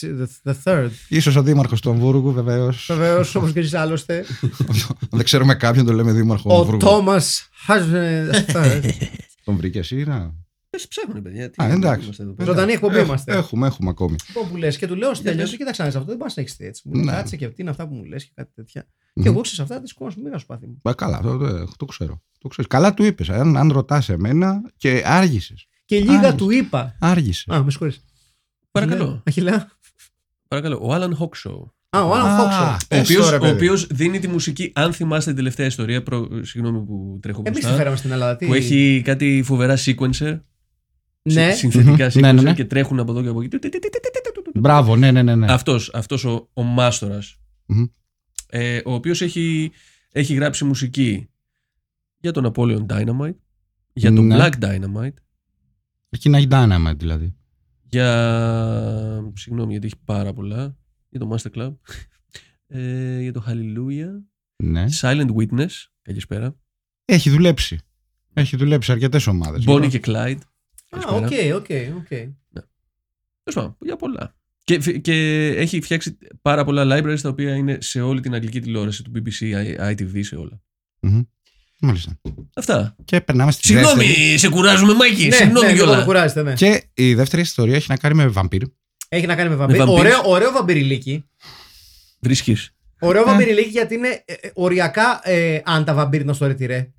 Speaker 1: the, the third.
Speaker 3: Ίσως ο Δήμαρχος του Αμβούργου, βεβαίως.
Speaker 1: Βεβαίως,
Speaker 2: [LAUGHS]
Speaker 1: όπως και εσείς άλλωστε.
Speaker 3: Αν δεν ξέρουμε κάποιον, το λέμε Δήμαρχο
Speaker 1: ο
Speaker 3: Αμβούργου.
Speaker 1: Τόμας Χέσλιν the
Speaker 3: [LAUGHS]
Speaker 1: third. [LAUGHS]
Speaker 3: Τον βρήκε εσύ, να.
Speaker 2: Πες ψάχνουν, παιδιά. τι
Speaker 3: Α, εντάξει.
Speaker 2: είμαστε εδώ πέρα.
Speaker 1: Ζωντανή εκπομπή είμαστε.
Speaker 3: Έχουμε, έχουμε ακόμη.
Speaker 1: Αυτό που λες και του λέω στέλνω,
Speaker 2: λες.
Speaker 1: σου κοίταξα να δεις αυτό, δεν πας να έχεις έτσι. Μου λέει
Speaker 3: Ναι.
Speaker 1: κάτσε και αυτή είναι αυτά που μου λες και κάτι τέτοια.
Speaker 3: Μμμ.
Speaker 1: Και εγώ ξέρω αυτά της κόμμα μοίρα σου πάθη μου.
Speaker 3: Μα καλά, το, το, το ξέρω. Το ξέρεις. Καλά του είπες. Αν, αν ρωτάς εμένα και άργησες.
Speaker 1: Και λίγα
Speaker 3: Άρα.
Speaker 1: του είπα.
Speaker 3: Άργησες.
Speaker 1: Α, με συγχωρείς. Ναι.
Speaker 2: Παρακαλώ.
Speaker 1: Αχιλέα.
Speaker 2: Παρακαλώ. Ο Alan Hawkshaw.
Speaker 1: Α, ο Άλαν
Speaker 3: Α,
Speaker 1: Φόξο.
Speaker 3: ε,
Speaker 2: Ο
Speaker 3: Πες
Speaker 2: οποίος-
Speaker 3: τώρα,
Speaker 2: Ο
Speaker 3: παιδί.
Speaker 2: οποίος δίνει τη μουσική, αν θυμάστε την τελευταία ιστορία, προ... συγγνώμη που τρέχω
Speaker 1: Εμείς τη
Speaker 2: μπροστά,
Speaker 1: φέραμε στην Ελλάδα. τι-
Speaker 2: που έχει κάτι φοβερά sequencer,
Speaker 1: Ναι.
Speaker 2: συ- συνθετικά
Speaker 3: Μμμ. Ναι, ναι,
Speaker 2: sequencer
Speaker 3: ναι.
Speaker 2: και τρέχουν από εδώ και από εκεί.
Speaker 3: Μπράβο, ναι, ναι, ναι. ναι.
Speaker 2: Αυτός, αυτός ο, ο μάστορας,
Speaker 3: Μμμ.
Speaker 2: ε, ο οποίος έχει, έχει γράψει μουσική για τον Napoleon Dynamite, για τον
Speaker 3: Ναι.
Speaker 2: Black Dynamite,
Speaker 3: Αρκεί να έχει dynamite δηλαδή.
Speaker 2: για... Συγγνώμη γιατί έχει πάρα πολλά. Για το Master Club. Ε, για το Hallelujah.
Speaker 3: Ναι.
Speaker 2: Silent Witness. Καλησπέρα.
Speaker 3: Έχει δουλέψει. Έχει δουλέψει Λοιπόν, αρκετές ομάδες.
Speaker 2: Bonnie και Clyde.
Speaker 1: Α,
Speaker 2: Καλησπέρα.
Speaker 1: οκ, οκ,
Speaker 2: Ε,
Speaker 1: οκ.
Speaker 2: Τέλος πάντων, για πολλά. Και, φι- και έχει φτιάξει πάρα πολλά libraries τα οποία είναι σε όλη την αγγλική τηλεόραση του BBC, ITV, σε όλα.
Speaker 3: Μάλιστα.
Speaker 2: Αυτά.
Speaker 3: Και περνάμε στη δεύτερη.
Speaker 2: Συγγνώμη, σε κουράζουμε, Μάκη.
Speaker 1: Ναι,
Speaker 2: Συγγνώμη
Speaker 1: ναι, λίγο
Speaker 2: κιόλα.
Speaker 1: να κουράζεστε, ναι.
Speaker 3: Και η δεύτερη ιστορία έχει να κάνει με βαμπύρ.
Speaker 1: Έχει να κάνει με βαμπύρι.
Speaker 2: βαμπύρους.
Speaker 1: Ωραίο, ωραίο βαμπυριλίκι.
Speaker 2: Βρίσκεις.
Speaker 1: Ωραίο βαμπυριλίκι γιατί είναι ε, ε, οριακά ε, αν τα βαμπύρινα στο ρετυρέ.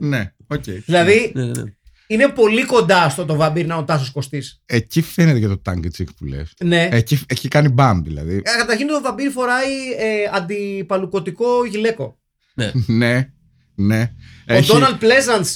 Speaker 3: Ναι, οκ.
Speaker 1: Δηλαδή
Speaker 2: ναι, ναι, ναι.
Speaker 1: είναι πολύ κοντά στο το βαμπύρινα ο Τάσος Κωστής.
Speaker 3: Εκεί φαίνεται και το τάγκ τσικ που λες.
Speaker 1: Ναι.
Speaker 3: Εκεί, εκεί κάνει μπαμ δηλαδή.
Speaker 1: Ε, Καταρχήν το βαμπύρι φοράει ε, αντιπαλουκωτικό γυλαίκο.
Speaker 3: ναι, ναι.
Speaker 1: Ο Donald Pleasance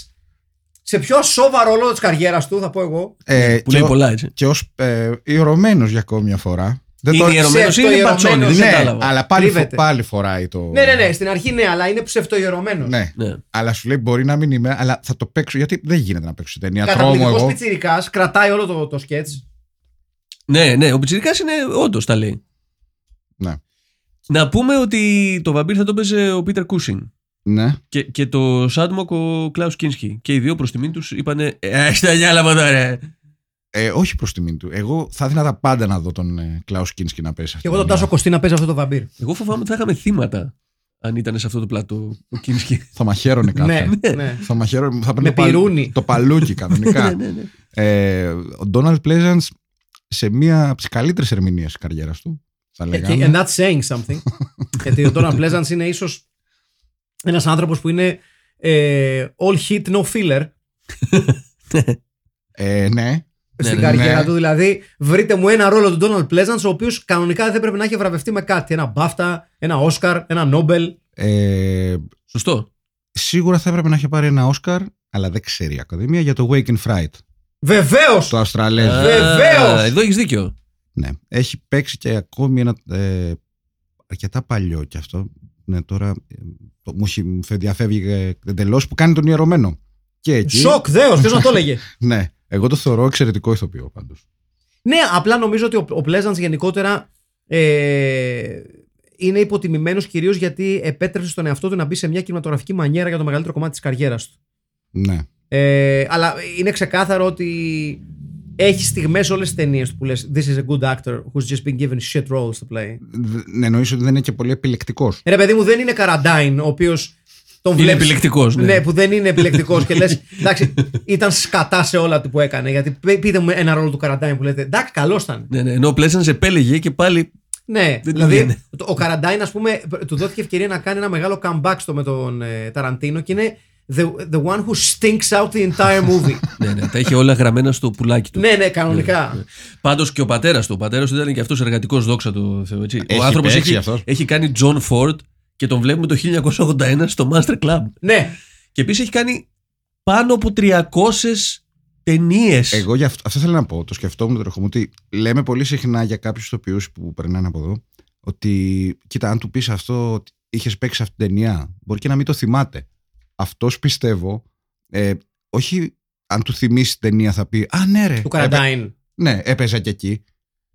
Speaker 1: σε πιο σοβαρό ρόλο της καριέρας του, θα πω εγώ.
Speaker 3: ε,
Speaker 2: Που
Speaker 3: και
Speaker 2: λέει
Speaker 3: ο-
Speaker 2: πολλά έτσι.
Speaker 3: Και ως ε, ιερωμένος για ακόμη μια φορά. Δεν
Speaker 2: Είναι ιερωμένο ή
Speaker 1: αυτό
Speaker 2: είναι
Speaker 1: ιερωμένο,
Speaker 2: πατσόνι, δεν
Speaker 1: ναι,
Speaker 3: Ναι,
Speaker 2: κατάλαβα.
Speaker 3: αλλά πάλι, φο,
Speaker 1: Κρύβεται.
Speaker 3: πάλι φοράει το.
Speaker 1: Ναι, ναι, ναι, στην αρχή ναι, αλλά είναι ψευτοϊερωμένο.
Speaker 3: Ναι.
Speaker 2: Ναι.
Speaker 3: Αλλά σου λέει μπορεί να μην είμαι, αλλά θα το παίξω. Γιατί δεν γίνεται να παίξω σε ταινία. Τρώμω
Speaker 1: Καταπληκτικό
Speaker 3: εγώ.
Speaker 1: πιτσιρικάς, κρατάει όλο το, το σκέτ.
Speaker 2: ναι, ναι, ο Πιτσυρικά είναι όντως τα λέει.
Speaker 3: Ναι.
Speaker 2: Να πούμε ότι το βαμπύρ θα το παίζει ο Πίτερ Κούσιν
Speaker 3: Ναι.
Speaker 2: και, και το Σάντμοκ ο Κλάους Κίνσκι. Και οι δύο προς τιμήν τους είπανε Ε, στα γυάλα μου τώρα.
Speaker 3: Ε, όχι προς τιμήν του. Εγώ θα δίνα τα πάντα να δω τον ε, Κλάους Κίνσκι να πέσει.
Speaker 1: Και εγώ τον Τάσο Κωστή να παίζει αυτό το βαμπύρ.
Speaker 2: Εγώ φοβάμαι ότι θα είχαμε θύματα αν ήταν σε αυτό το πλατό ο
Speaker 3: [LAUGHS]
Speaker 2: Κίνσκι.
Speaker 3: Θα μαχαίρωνε
Speaker 1: Ναι,
Speaker 3: κάποιον.
Speaker 1: ναι.
Speaker 3: θα μαχαίρωνε. Θα
Speaker 1: Με
Speaker 3: παίρνει το παλ-
Speaker 1: πυρούνι.
Speaker 3: Το παλούκι
Speaker 1: [LAUGHS]
Speaker 2: ναι,
Speaker 3: κανονικά.
Speaker 2: ναι, ναι.
Speaker 3: ε, ο Ντόναλτ Pleasance σε μία από τις καλύτερες ερμηνείες της καριέρας του. Θα
Speaker 1: Ε,
Speaker 3: λέγαμε.
Speaker 1: και- And that's saying something. Γιατί ο Donald Pleasance είναι ίσως ένας άνθρωπος που είναι ε, all hit, no filler
Speaker 3: Ε, ναι.
Speaker 1: στην
Speaker 2: ναι,
Speaker 1: καριέρα
Speaker 3: ναι.
Speaker 1: του. Δηλαδή, βρείτε μου ένα ρόλο του Donald Pleasance, ο οποίος κανονικά δεν πρέπει να έχει βραβευτεί με κάτι. Ένα BAFTA, ένα Oscar, ένα Nobel.
Speaker 3: Ε,
Speaker 2: Σωστό.
Speaker 3: σίγουρα θα έπρεπε να είχε πάρει ένα Όσκαρ, αλλά δεν ξέρει η Ακαδημία για το Wake and Fright.
Speaker 1: Βεβαίως!
Speaker 3: Το Αυστραλέζο.
Speaker 1: Βεβαίως.
Speaker 2: Α, Εδώ έχεις δίκιο.
Speaker 3: Ναι. Έχει παίξει και ακόμη ένα. Ε, αρκετά παλιό κι αυτό. Ναι, τώρα ε, το, μου, έχει- μου φε- διαφεύγει εντελώς που κάνει τον ιερωμένο. Και εκεί.
Speaker 1: Σοκ, δέο, ποιο να το έλεγε. [LAUGHS]
Speaker 3: Ναι. Εγώ το θεωρώ εξαιρετικό ηθοποιό πάντως.
Speaker 1: ναι, απλά νομίζω ότι ο, ο Pleasance γενικότερα ε, είναι υποτιμημένος κυρίως γιατί επέτρεψε στον εαυτό του να μπει σε μια κινηματογραφική μανιέρα για το μεγαλύτερο κομμάτι της καριέρας του.
Speaker 3: Ναι.
Speaker 1: Ε, αλλά είναι ξεκάθαρο ότι έχει στιγμές όλες τις ταινίες που λες: This is a good actor who's just been given shit roles to play.
Speaker 3: Δε- Εννοείς ότι δεν είναι και πολύ επιλεκτικός.
Speaker 1: Ε, Ρε παιδί μου, δεν είναι Καραντάιν, ο οποίος τον
Speaker 2: Είναι
Speaker 1: βλέπεις.
Speaker 2: επιλεκτικός, ναι.
Speaker 1: που δεν είναι επιλεκτικός και λες: Εντάξει, ήταν σκατά σε όλα του που έκανε. Γιατί π- πείτε μου ένα ρόλο του Καραντάιν που λέτε: Εντάξει, καλός ήταν.
Speaker 2: Ναι, ναι, ενώ ο Pleasance επέλεγε και πάλι.
Speaker 1: Ναι,
Speaker 2: Δεν
Speaker 1: δηλαδή
Speaker 2: βγαίνει.
Speaker 1: το- ο Καραντάιν, ας πούμε, του δόθηκε ευκαιρία να κάνει ένα μεγάλο comeback στο με τον ε, Ταραντίνο και είναι the, the one who stinks out the entire
Speaker 2: [LAUGHS]
Speaker 1: movie.
Speaker 2: ναι, ναι, τα είχε όλα γραμμένα στο πουλάκι του.
Speaker 1: ναι, ναι, κανονικά.
Speaker 2: Πάντως και ο πατέρας του. Ο πατέρας του ήταν και αυτός εργατικός, δόξα του Θεού. Έτσι.
Speaker 3: Έχει
Speaker 2: ο άνθρωπος
Speaker 3: παίξει
Speaker 2: έχει,
Speaker 3: αυτός.
Speaker 2: έχει κάνει John Ford και τον βλέπουμε το 1981 στο Master Club.
Speaker 1: ναι,
Speaker 2: Και επίσης έχει κάνει πάνω από 300 ταινίες.
Speaker 3: Εγώ για αυτό, αυτό θέλω να πω. Το σκεφτόμουν το τρεχόμουν ότι λέμε πολύ συχνά για κάποιους ηθοποιούς που περνάνε από εδώ ότι κοίτα, αν του πεις αυτό ότι είχες παίξει αυτή την ταινία, μπορεί και να μην το θυμάται. Αυτός πιστεύω. Ε, όχι αν του θυμίσει την ταινία θα πει Α, ναι, ρε.
Speaker 2: Ε,
Speaker 1: του
Speaker 3: έπαι-
Speaker 1: Καραντάιν.
Speaker 3: ναι, έπαιζα και εκεί.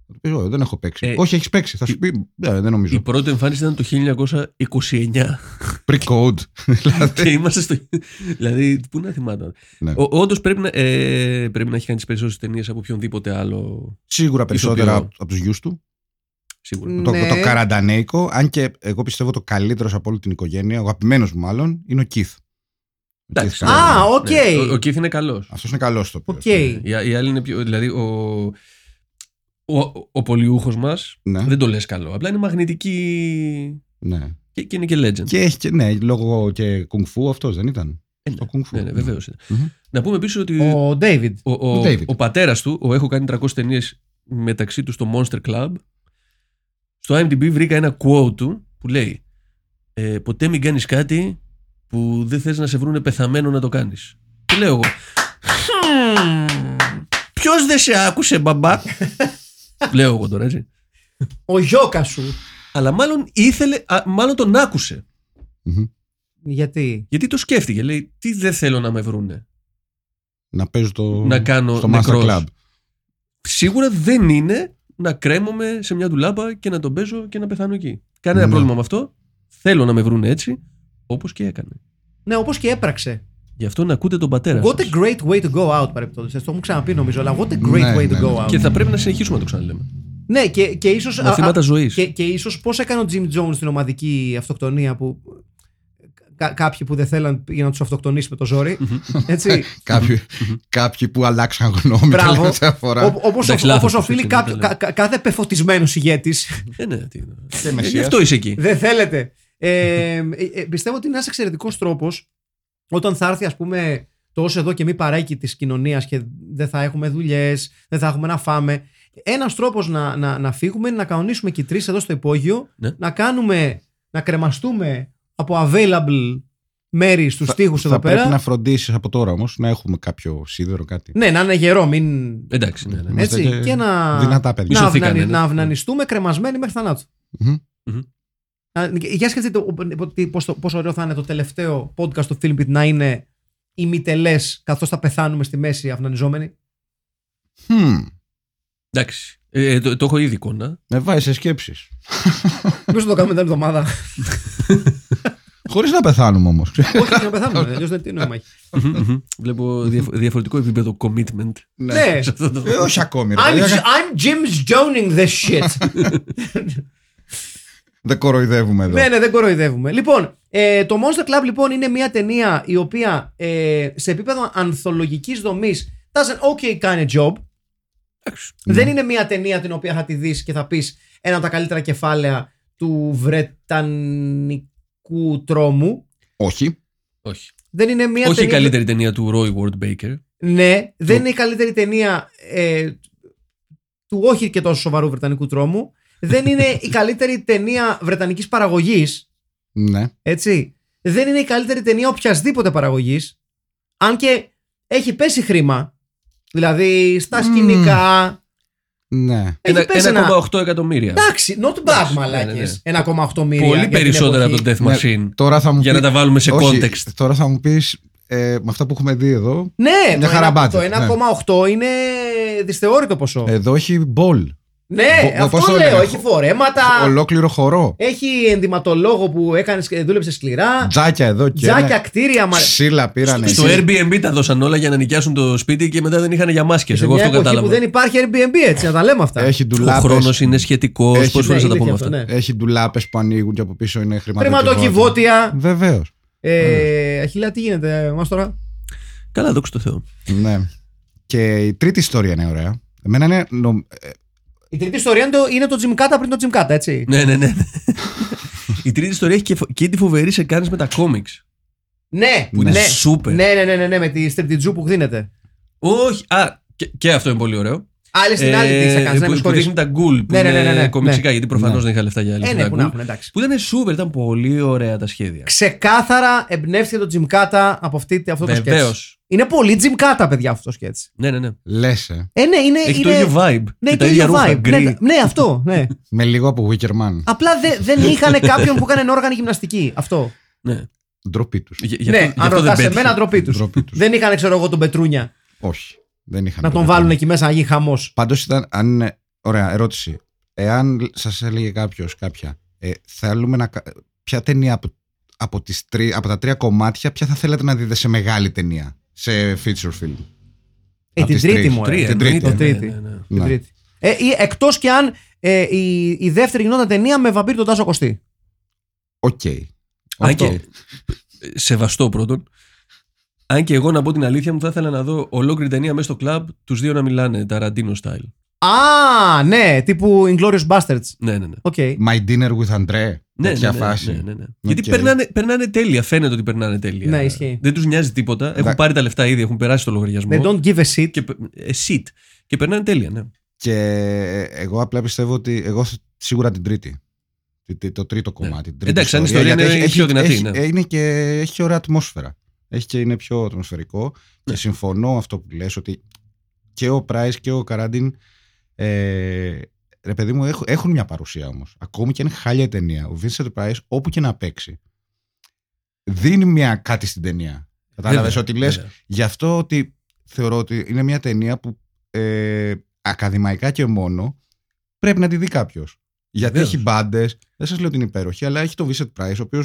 Speaker 3: Θα του πεις, «Ω, δεν έχω παίξει.
Speaker 2: Ε,
Speaker 3: Όχι, έχεις παίξει. Θα σου πει, «Ναι, δεν νομίζω.
Speaker 2: Η πρώτη εμφάνιση ήταν το 1929
Speaker 3: [LAUGHS] Pre-code.
Speaker 2: [LAUGHS] και είμαστε στο. δηλαδή, πού να θυμάταν.
Speaker 3: Ναι.
Speaker 2: Όντως πρέπει, να- ε, πρέπει να έχει κάνει τις περισσότερες ταινίες από οποιονδήποτε άλλο
Speaker 3: Σίγουρα περισσότερα
Speaker 2: Ηθοποιό.
Speaker 3: από, από τους γιους του.
Speaker 2: σίγουρα.
Speaker 1: Μ.
Speaker 3: Το,
Speaker 1: Ναι.
Speaker 3: το καραντανέικο, αν και εγώ πιστεύω το καλύτερος από όλη την οικογένεια, ο αγαπημένος μου μάλλον, είναι ο Keith.
Speaker 2: Εντάξει, ναι,
Speaker 1: Α,
Speaker 2: ναι.
Speaker 1: οκ.
Speaker 2: Ναι, Ο, ο Keith είναι καλός.
Speaker 3: Αυτός είναι καλός το
Speaker 1: Οκ.
Speaker 2: Η, η άλλη είναι πιο. Δηλαδή, ο, ο, ο πολιούχος μας
Speaker 3: Ναι,
Speaker 2: δεν το λες καλό. Απλά είναι μαγνητική.
Speaker 3: ναι.
Speaker 2: Και, και είναι και legend.
Speaker 3: Και έχει και, ναι, λόγω και κουνφού αυτός δεν ήταν.
Speaker 2: Ε, ναι.
Speaker 3: Το κουνφού.
Speaker 2: Ναι, ναι, βεβαίως.
Speaker 3: Μμμ.
Speaker 2: Να πούμε επίσης ότι ο,
Speaker 1: Ο David.
Speaker 2: ο, ο,
Speaker 3: ο David.
Speaker 2: πατέρας του, ο έχω κάνει 300 ταινίες μεταξύ του στο Monster Club, στο IMDb βρήκα ένα quote του που λέει ε, Ποτέ μην κάνεις κάτι που δεν θες να σε βρούνε πεθαμένο να το κάνεις. Τι λέω εγώ. Ποιος δεν σε άκουσε, μπαμπά. λέω εγώ τώρα, έτσι.
Speaker 1: Ο Γιώκα σου.
Speaker 2: Αλλά μάλλον ήθελε, α, μάλλον τον άκουσε.
Speaker 3: Μμμ.
Speaker 1: Γιατί.
Speaker 2: Γιατί το σκέφτηκε. Λέει, τι δεν θέλω να με βρούνε.
Speaker 3: Να παίζω το.
Speaker 2: Να κάνω
Speaker 3: στο
Speaker 2: νεκρός.
Speaker 3: Master Club.
Speaker 2: σίγουρα δεν είναι να κρέμομαι σε μια ντουλάπα και να τον παίζω και να πεθάνω εκεί. Κανένα
Speaker 3: Ναι.
Speaker 2: πρόβλημα με αυτό. Θέλω να με βρουν έτσι, όπως και έκανε.
Speaker 1: Ναι, όπως και έπραξε.
Speaker 2: Γι' αυτό να ακούτε τον πατέρα
Speaker 1: What
Speaker 2: σας.
Speaker 1: a great way to go out, παρεπτόντω. Το έχουμε ξαναπεί νομίζω, αλλά what a great
Speaker 3: Ναι,
Speaker 1: way to
Speaker 3: ναι,
Speaker 1: go
Speaker 3: ναι.
Speaker 1: out.
Speaker 2: Και θα πρέπει να συνεχίσουμε να το ξαναλέμε.
Speaker 1: Ναι, και, και ίσως.
Speaker 2: Μαθήματα ζωής.
Speaker 1: Και, και ίσως πώς έκανε ο Jim Jones την ομαδική αυτοκτονία που. κα- κάποιοι που δεν θέλαν για να τους αυτοκτονήσει με το ζόρι.
Speaker 2: [LAUGHS]
Speaker 1: Έτσι.
Speaker 3: Κάποιοι, κάποιοι που αλλάξαν γνώμη την
Speaker 1: Μπράβο.
Speaker 3: τελευταία φορά.
Speaker 1: Όπως
Speaker 2: Εντάξει, λάθος,
Speaker 1: οφείλει
Speaker 2: αυτό
Speaker 1: κάποιο-
Speaker 2: είναι,
Speaker 1: κα- κα- κάθε πεφωτισμένος ηγέτης.
Speaker 2: Ε, ναι, τι... ε,
Speaker 3: μεσίας.
Speaker 2: γι' αυτό είσαι εκεί.
Speaker 1: δεν θέλετε. Ε, ε, ε, πιστεύω ότι είναι ένας εξαιρετικός τρόπος όταν θα έρθει, ας πούμε, το ως εδώ και μη παρέκει της κοινωνίας και δεν θα έχουμε δουλειές, δεν θα έχουμε να φάμε. Ένας τρόπος να, να, να φύγουμε είναι να κανονίσουμε και οι τρεις εδώ στο υπόγειο,
Speaker 2: Ναι.
Speaker 1: να κάνουμε, να κρεμαστούμε από available μέρη στους
Speaker 3: Θα-
Speaker 1: τοίχους εδώ
Speaker 3: θα
Speaker 1: πέρα.
Speaker 3: πρέπει να φροντίσεις από τώρα όμως να έχουμε κάποιο σίδερο, κάτι.
Speaker 1: Ναι, να είναι γερό, μην.
Speaker 2: Εντάξει, ναι, ναι.
Speaker 3: Είμαστε
Speaker 1: Έτσι, και,
Speaker 3: και
Speaker 1: να,
Speaker 3: Δυνατά παιδιά.
Speaker 1: να,
Speaker 2: Μισοθήκανε,
Speaker 1: αυνανι-
Speaker 2: ναι.
Speaker 1: να αυνανιστούμε κρεμασμένοι μέχρι θανάτου.
Speaker 3: Μμμ.
Speaker 1: Α, Για σκεφτείτε ο- τι- πόσο, πόσο ωραίο θα είναι το τελευταίο podcast του Filmbit να είναι ημιτελές καθώς θα πεθάνουμε στη μέση αυνανιζόμενοι.
Speaker 3: Χμ.
Speaker 2: Εντάξει. Ε, το, το έχω ήδη εικόνα.
Speaker 3: Με βάζει σε σκέψεις.
Speaker 1: Μήπως το κάνουμε την εβδομάδα.
Speaker 3: Χωρίς να πεθάνουμε όμως.
Speaker 1: Όχι, να πεθάνουμε. Αλλιώς δεν τι νόημα έχει.
Speaker 2: Μμμ, μμμ. Βλέπω διαφο- διαφορετικό επίπεδο commitment.
Speaker 1: Ναι.
Speaker 2: [LAUGHS] σε αυτό το-
Speaker 3: Ε, όχι ακόμη. ρε
Speaker 1: I'm,
Speaker 3: παιδιά.
Speaker 1: I'm Jim's Joning this shit.
Speaker 3: Δεν κοροϊδεύουμε εδώ.
Speaker 1: Ναι, ναι, δεν κοροϊδεύουμε. Λοιπόν, ε, το Monster Club λοιπόν είναι μια ταινία η οποία ε, σε επίπεδο ανθολογικής δομής doesn't okay kind of job.
Speaker 2: Εντάξει.
Speaker 1: Δεν είναι μια ταινία την οποία θα τη δεις και θα πεις ένα από τα καλύτερα κεφάλαια του βρετανικού τρόμου.
Speaker 3: Όχι.
Speaker 2: Όχι.
Speaker 1: Δεν είναι μια
Speaker 2: Όχι η
Speaker 1: ταινία...
Speaker 2: καλύτερη ταινία του Roy Ward Baker.
Speaker 1: Ναι, δεν είναι η καλύτερη ταινία ε, του όχι και τόσο σοβαρού βρετανικού τρόμου. Δεν είναι η καλύτερη ταινία βρετανικής παραγωγής.
Speaker 3: Ναι.
Speaker 1: Έτσι. Δεν είναι η καλύτερη ταινία οποιασδήποτε παραγωγής. Αν και έχει πέσει χρήμα. Δηλαδή στα
Speaker 3: Μμμ.
Speaker 1: σκηνικά.
Speaker 3: Ναι.
Speaker 1: Έχει πέσει Ε, ένα.
Speaker 2: 1,8 εκατομμύρια.
Speaker 1: Εντάξει, not bad
Speaker 2: Εντάξει, ναι,
Speaker 1: μαλάκες 1,8 μίλια.
Speaker 2: Πολύ περισσότερα από τον Death
Speaker 3: Ναι.
Speaker 2: Machine.
Speaker 3: Τώρα θα μου
Speaker 2: Για
Speaker 3: πει-
Speaker 2: να τα βάλουμε σε
Speaker 3: όχι,
Speaker 2: context.
Speaker 3: Τώρα θα μου πεις ε, με αυτά που έχουμε δει εδώ.
Speaker 1: Ναι,
Speaker 3: Μια
Speaker 1: το
Speaker 3: χαρά
Speaker 1: ένα-
Speaker 3: budget,
Speaker 1: το
Speaker 3: ναι.
Speaker 1: 1,8 είναι δυσθεώρητο ποσό.
Speaker 2: Ε,
Speaker 3: Εδώ έχει μπολ.
Speaker 1: ναι,
Speaker 3: μπο- πώς
Speaker 1: αυτό
Speaker 3: το
Speaker 1: λέω.
Speaker 3: λένε,
Speaker 1: Έχει φορέματα.
Speaker 3: Ολόκληρο χορό.
Speaker 1: Έχει ενδυματολόγο που έκανες, δούλεψες σκληρά.
Speaker 3: Τζάκια εδώ
Speaker 2: ναι.
Speaker 3: και.
Speaker 1: Ε, Τζάκια
Speaker 3: ένα.
Speaker 1: κτίρια. μα-
Speaker 3: Ξύλα
Speaker 1: Ναι,
Speaker 3: πήρανε.
Speaker 2: Στο Airbnb τα δώσαν όλα για να νοικιάσουν το σπίτι και μετά δεν είχαν για μάσκες.
Speaker 1: Σε
Speaker 2: Εγώ
Speaker 1: μια
Speaker 2: αυτό
Speaker 1: εποχή που
Speaker 2: κατάλαβα.
Speaker 1: δεν υπάρχει Airbnb, έτσι, να τα λέμε αυτά.
Speaker 3: Έχει
Speaker 2: Ο
Speaker 3: ντουλάπες.
Speaker 2: χρόνος είναι σχετικός.
Speaker 3: Έχει-
Speaker 2: Πόσε
Speaker 3: ναι,
Speaker 2: φορές θα τα
Speaker 1: είναι
Speaker 2: πούμε
Speaker 1: και
Speaker 2: αυτά. Ε,
Speaker 1: αυτό, ναι.
Speaker 3: Έχει ντουλάπες που ανοίγουν και από πίσω είναι χρηματοκιβώτια.
Speaker 1: Χρηματοκιβώτια.
Speaker 3: Βεβαίως.
Speaker 1: Ε, Αχιλέα, τι γίνεται μας τώρα.
Speaker 2: Καλά, δόξα τω Θεώ.
Speaker 3: Ναι. Και η τρίτη ιστορία είναι ωραία. Εμένα είναι. νο- ε,
Speaker 1: Η τρίτη ιστορία είναι το, είναι το Τζιμκάτα πριν το Τζιμκάτα, έτσι.
Speaker 2: ναι, ναι,
Speaker 1: [LAUGHS]
Speaker 2: ναι. Η τρίτη ιστορία έχει και, φο- και τη φοβερή σε κάνεις με τα κόμιξ.
Speaker 1: Ναι,
Speaker 2: Που είναι
Speaker 1: ναι.
Speaker 2: σούπερ.
Speaker 1: Ναι, ναι, ναι, ναι, ναι, με τη στριπτιτζού που δίνεται.
Speaker 2: Όχι. Α, και, και αυτό είναι πολύ ωραίο.
Speaker 1: Άλλη Ε, στην άλλη τι θα κάνεις, να
Speaker 2: Ε, που,
Speaker 1: μην
Speaker 2: που
Speaker 1: σκορπίσει.
Speaker 2: δείχνει τα γκουλ που
Speaker 1: Ναι, ναι, ναι, ναι,
Speaker 2: είναι
Speaker 1: ναι.
Speaker 2: κομιξικά γιατί προφανώς
Speaker 3: Ναι.
Speaker 2: δεν είχα λεφτά για άλλη.
Speaker 1: Ε, ναι, που να έχουν, εντάξει.
Speaker 2: Που ήταν σούπερ, ήταν πολύ ωραία τα σχέδια.
Speaker 1: Ξεκάθαρα εμπνεύστηκε το Τζιμκάτα από αυτή, αυτό το
Speaker 2: Βεβαίω.
Speaker 1: σκέτ. Είναι πολύ Τζιμκάτα, παιδιά, αυτό το σκέτ.
Speaker 2: Ναι, ναι, ναι.
Speaker 3: Λες. ε.
Speaker 1: Ε, ναι, είναι.
Speaker 2: Έχει το
Speaker 1: είναι...
Speaker 2: ίδιο vibe.
Speaker 1: Ναι,
Speaker 2: και
Speaker 1: το
Speaker 2: τα ίδια
Speaker 1: ίδιο
Speaker 2: ρούχα.
Speaker 1: vibe.
Speaker 2: γκρι.
Speaker 1: Ναι, ναι, αυτό. Ναι.
Speaker 3: Με λίγο από Wickerman.
Speaker 1: Απλά δε- δεν
Speaker 2: [LAUGHS]
Speaker 1: είχαν κάποιον που έκανε όργανη γυμναστική. Αυτό.
Speaker 2: Ναι.
Speaker 3: Ντροπή τους.
Speaker 2: Γι- γι' αυτό-
Speaker 1: ναι,
Speaker 2: γι'
Speaker 1: αν
Speaker 2: αυτό δεν
Speaker 1: ρωτάς
Speaker 2: πέτυχε.
Speaker 1: εμένα, ντροπή τους.
Speaker 3: Ντροπή τους.
Speaker 1: Δεν είχαν, ξέρω εγώ, τον Πετρούνια
Speaker 3: Όχι. Δεν είχαν.
Speaker 1: να τον βάλουν εκεί μέσα να γίνει χαμός.
Speaker 3: Πάντως ήταν, αν Ωραία, ερώτηση. Εάν σας έλεγε κάποιος κάποια, ε, θέλουμε να. κα- Ποια ταινία από, από, τις τρι, από τα τρία κομμάτια, ποια θα θέλατε να δείτε σε μεγάλη ταινία, σε feature film.
Speaker 1: Ε,
Speaker 3: Απ'
Speaker 1: την
Speaker 3: τις
Speaker 1: τρίτη
Speaker 3: τρεις.
Speaker 1: μου, ε,
Speaker 3: Τρία,
Speaker 1: την
Speaker 3: εννοείται,
Speaker 1: τρίτη.
Speaker 3: ναι,
Speaker 1: τρίτη.
Speaker 2: ναι, ναι.
Speaker 1: Την
Speaker 3: Ναι.
Speaker 1: τρίτη. Ε, ή, εκτός και αν ε, η, η δεύτερη γινόταν ταινία με βαμπύρ τον Τάσο Κωστή.
Speaker 3: Οκ.
Speaker 2: Αν
Speaker 3: Αυτό.
Speaker 2: και- Σεβαστό πρώτον. Αν και εγώ να πω την αλήθεια μου, θα ήθελα να δω ολόκληρη ταινία μέσα στο κλαμπ, τους δύο να μιλάνε, Ταραντίνο style.
Speaker 1: Α, ναι, τύπου Inglourious Bastards.
Speaker 2: Ναι, ναι, ναι.
Speaker 1: Οκ.
Speaker 3: My dinner with André.
Speaker 2: Ναι, ναι, ναι,
Speaker 3: τέτοια φάση.
Speaker 2: ναι, ναι, ναι. Γιατί
Speaker 3: Οκ.
Speaker 2: περνάνε, περνάνε τέλεια. Φαίνεται ότι περνάνε τέλεια.
Speaker 1: Ναι, ισχύει.
Speaker 2: Δεν τους νοιάζει τίποτα. Έχουν
Speaker 3: Εντάξει.
Speaker 2: πάρει τα λεφτά ήδη, έχουν περάσει το λογαριασμό.
Speaker 1: They don't give a shit.
Speaker 2: Και, πε- ε, shit. Και περνάνε τέλεια, ναι.
Speaker 3: Και ε, εγώ απλά πιστεύω ότι εγώ θ- σίγουρα την τρίτη. Τι- τι- Το τρίτο κομμάτι. την τρίτη
Speaker 2: Ναι. Εντάξει, αν η ιστορία
Speaker 3: γιατί
Speaker 2: είναι πιο δυνατή,
Speaker 3: Έχει,
Speaker 2: ναι.
Speaker 3: είναι και, έχει και ωραία ατμόσφαιρα. Έχει και είναι πιο ατμοσφαιρικό.
Speaker 2: Ναι.
Speaker 3: Και συμφωνώ αυτό που λες ότι και ο Πράι και ο Καράντιν. Ε, ρε παιδί μου, έχουν, έχουν μια παρουσία όμως. Ακόμη και αν είναι χάλια η ταινία. Ο Vincent Price, όπου και να παίξει, δίνει μια κάτι στην ταινία. Κατάλαβες
Speaker 2: Βέβαια,
Speaker 3: ότι λες,
Speaker 2: βέβαια.
Speaker 3: Γι' αυτό ότι θεωρώ ότι είναι μια ταινία που ε, ακαδημαϊκά και μόνο πρέπει να τη δει κάποιος. Γιατί
Speaker 2: Βεβαίως.
Speaker 3: έχει μπάντες, δεν σας λέω ότι είναι υπέροχη, αλλά έχει τον Vincent Price, ο οποίος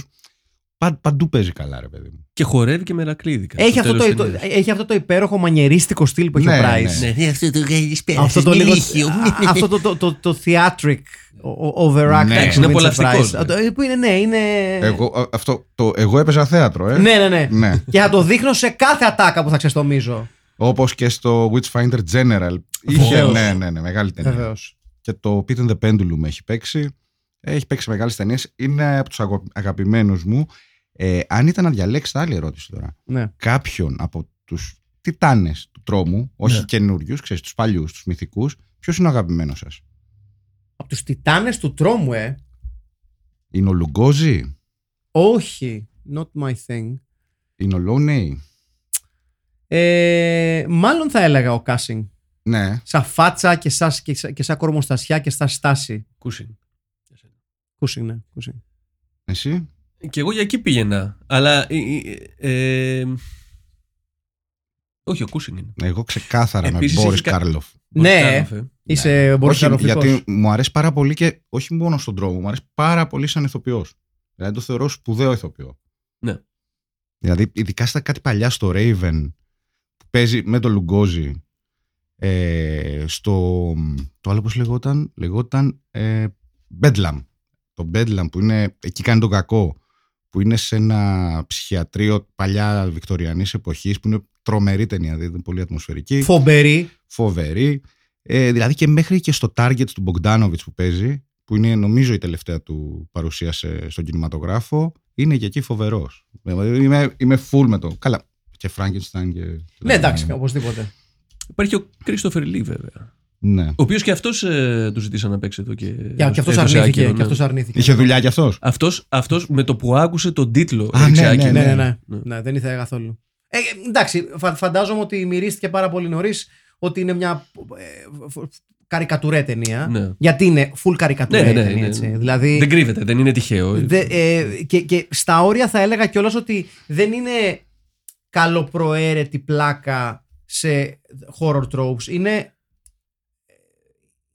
Speaker 3: παντού παίζει καλά, ρε παιδί μου.
Speaker 2: Και χορεύει και μερακλείδη.
Speaker 1: Έχει αυτό, το, το- έχει αυτό το υπέροχο μανιερίστικο στυλ που έχει
Speaker 3: Ναι,
Speaker 1: ο Price.
Speaker 3: ναι.
Speaker 4: Αυτό το κάνει πέρα.
Speaker 1: Αυτό το λίγο. α, αυτό το, το, το, το theatric o- o- overacting.
Speaker 3: Ναι,
Speaker 1: του
Speaker 2: είναι
Speaker 1: Vincent
Speaker 2: απολαυστικός,
Speaker 1: Price.
Speaker 2: ναι.
Speaker 1: Α, το- Που είναι, ναι, είναι.
Speaker 3: Εγώ, α, αυτό, το, εγώ έπαιζα θέατρο, ε.
Speaker 1: Ναι, ναι, ναι.
Speaker 3: ναι.
Speaker 1: Και θα το δείχνω σε κάθε ατάκα που θα ξεστομίζω.
Speaker 3: Όπως και στο Witchfinder General. Είχε,
Speaker 1: Βεβαίως.
Speaker 3: ναι, ναι, ναι, μεγάλη ταινία.
Speaker 1: Βεβαίως.
Speaker 3: Και το Pit and the Pendulum έχει παίξει. Έχει παίξει μεγάλες ταινίες. Είναι από τους αγαπημένους μου. Ε, αν ήταν να διαλέξετε άλλη ερώτηση τώρα.
Speaker 1: Ναι.
Speaker 3: κάποιον από τους τιτάνες του τρόμου, όχι καινούριους, ξέρεις, τους παλιούς, τους μυθικούς, ποιος είναι ο αγαπημένος σας.
Speaker 1: Από τους τιτάνες του τρόμου, ε.
Speaker 3: Είναι ο Λουγκόζη,
Speaker 1: Όχι. Not my thing.
Speaker 3: είναι ο Λόνεϊ.
Speaker 1: Ε, μάλλον θα έλεγα ο Κάσινγκ.
Speaker 3: Ναι,
Speaker 1: Σαν φάτσα και σαν, και σαν, και σαν κορμοστασιά και σαν στάση.
Speaker 2: Κούσιν.
Speaker 1: Κούσινγκ, ναι. Κούσινγκ.
Speaker 3: εσύ.
Speaker 2: Και εγώ για εκεί πήγαινα. Αλλά. ε, ε, ε, όχι, ο Κούσιν είναι.
Speaker 3: Εγώ ξεκάθαρα
Speaker 2: Επίσης
Speaker 3: με Μπόρι
Speaker 2: έχει κα-
Speaker 3: Κάρλοφ.
Speaker 1: Ναι.
Speaker 2: Μπορκάνοφε.
Speaker 1: Είσαι
Speaker 3: Όχι,
Speaker 1: Ε, μπορείς
Speaker 3: γιατί μου αρέσει πάρα πολύ και όχι μόνο στον τρόμο, μου αρέσει πάρα πολύ σαν ηθοποιός. Δηλαδή το θεωρώ σπουδαίο ηθοποιό.
Speaker 2: Ναι.
Speaker 3: Δηλαδή, ειδικά στα κάτι παλιά στο Raven που παίζει με τον Λουγκόζη. Ε, στο. Το άλλο πώς λεγόταν. Λεγόταν. Ε, Bedlam. Το Bedlam που είναι. Εκεί κάνει τον κακό. Που είναι σε ένα ψυχιατρίο παλιά Βικτοριανής εποχής που είναι τρομερή ταινία. Δηλαδή είναι πολύ ατμοσφαιρική
Speaker 1: Φομπερή.
Speaker 3: φοβερή. Ε, δηλαδή και μέχρι και στο target του Μπογκδάνοβιτ που παίζει, που είναι νομίζω η τελευταία του παρουσία σε- στον κινηματογράφο, είναι και εκεί φοβερός. Είμαι, είμαι full με το. Καλά. Και Frankenstein και.
Speaker 1: Ναι, εντάξει, οπωσδήποτε.
Speaker 2: Ναι, Υπάρχει ο Κρίστοφερ Λί, βέβαια.
Speaker 3: Ναι.
Speaker 2: Ο οποίος και αυτός ε, του ζητήσαν να παίξει εδώ και.
Speaker 1: Και, και αυτός
Speaker 2: έδωσε
Speaker 1: αρνήθηκε.
Speaker 2: άκυρο,
Speaker 1: Και
Speaker 2: ναι.
Speaker 1: αυτός αρνήθηκε.
Speaker 3: Είχε δουλειά κι αυτός.
Speaker 2: Αυτός, αυτός με το που άκουσε τον τίτλο
Speaker 3: Α,
Speaker 2: έριξε
Speaker 3: ναι,
Speaker 2: άκυρο.
Speaker 1: Ναι, ναι, ναι.
Speaker 3: Ναι.
Speaker 2: Ναι.
Speaker 1: ναι δεν ήθελα καθόλου. Ε, εντάξει, φα- φαντάζομαι ότι μυρίστηκε πάρα πολύ νωρίς ότι είναι μια ε, φ- φ- καρικατουρέ ταινία.
Speaker 2: Ναι.
Speaker 1: Γιατί είναι full καρικατουρέ
Speaker 2: Ναι, ναι,
Speaker 1: ταινία,
Speaker 2: ναι.
Speaker 1: έτσι. Δηλαδή,
Speaker 2: Δεν κρύβεται, δεν είναι τυχαίο.
Speaker 1: δε- ε, και, και στα όρια θα έλεγα κιόλας ότι δεν είναι καλοπροαίρετη πλάκα σε horror tropes. Είναι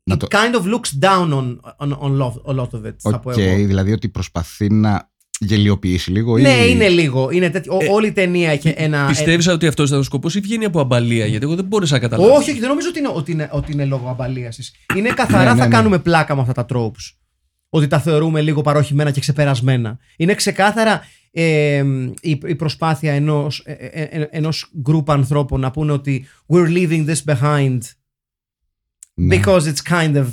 Speaker 3: Να
Speaker 1: It
Speaker 3: το-
Speaker 1: kind of looks down on, on, on, lo- a lot of it, θα
Speaker 3: Οκ,
Speaker 1: πω εγώ.
Speaker 3: δηλαδή ότι προσπαθεί να γελιοποιήσει λίγο. ή-
Speaker 1: Ναι, είναι λίγο. Είναι τέτοιο. Ο-
Speaker 2: Ε,
Speaker 1: όλη η ταινία έχει ένα.
Speaker 2: Πιστεύεις ότι αυτός ήταν ο σκοπός ή βγαίνει από αμπαλία, γιατί εγώ δεν μπόρεσα να καταλάβω.
Speaker 1: Όχι, όχι, δεν νομίζω ότι είναι, ότι είναι, ότι είναι λόγω αμπαλίαση. Είναι καθαρά
Speaker 3: Ναι, ναι,
Speaker 1: θα
Speaker 3: ναι.
Speaker 1: κάνουμε πλάκα με αυτά τα τρόπους. Ότι τα θεωρούμε λίγο παροχημένα και ξεπερασμένα. Είναι ξεκάθαρα ε, η, η προσπάθεια ενός, ε, ε, ε, ενός group ανθρώπων να πούνε ότι we're leaving this behind
Speaker 3: Ναι.
Speaker 1: because it's kind of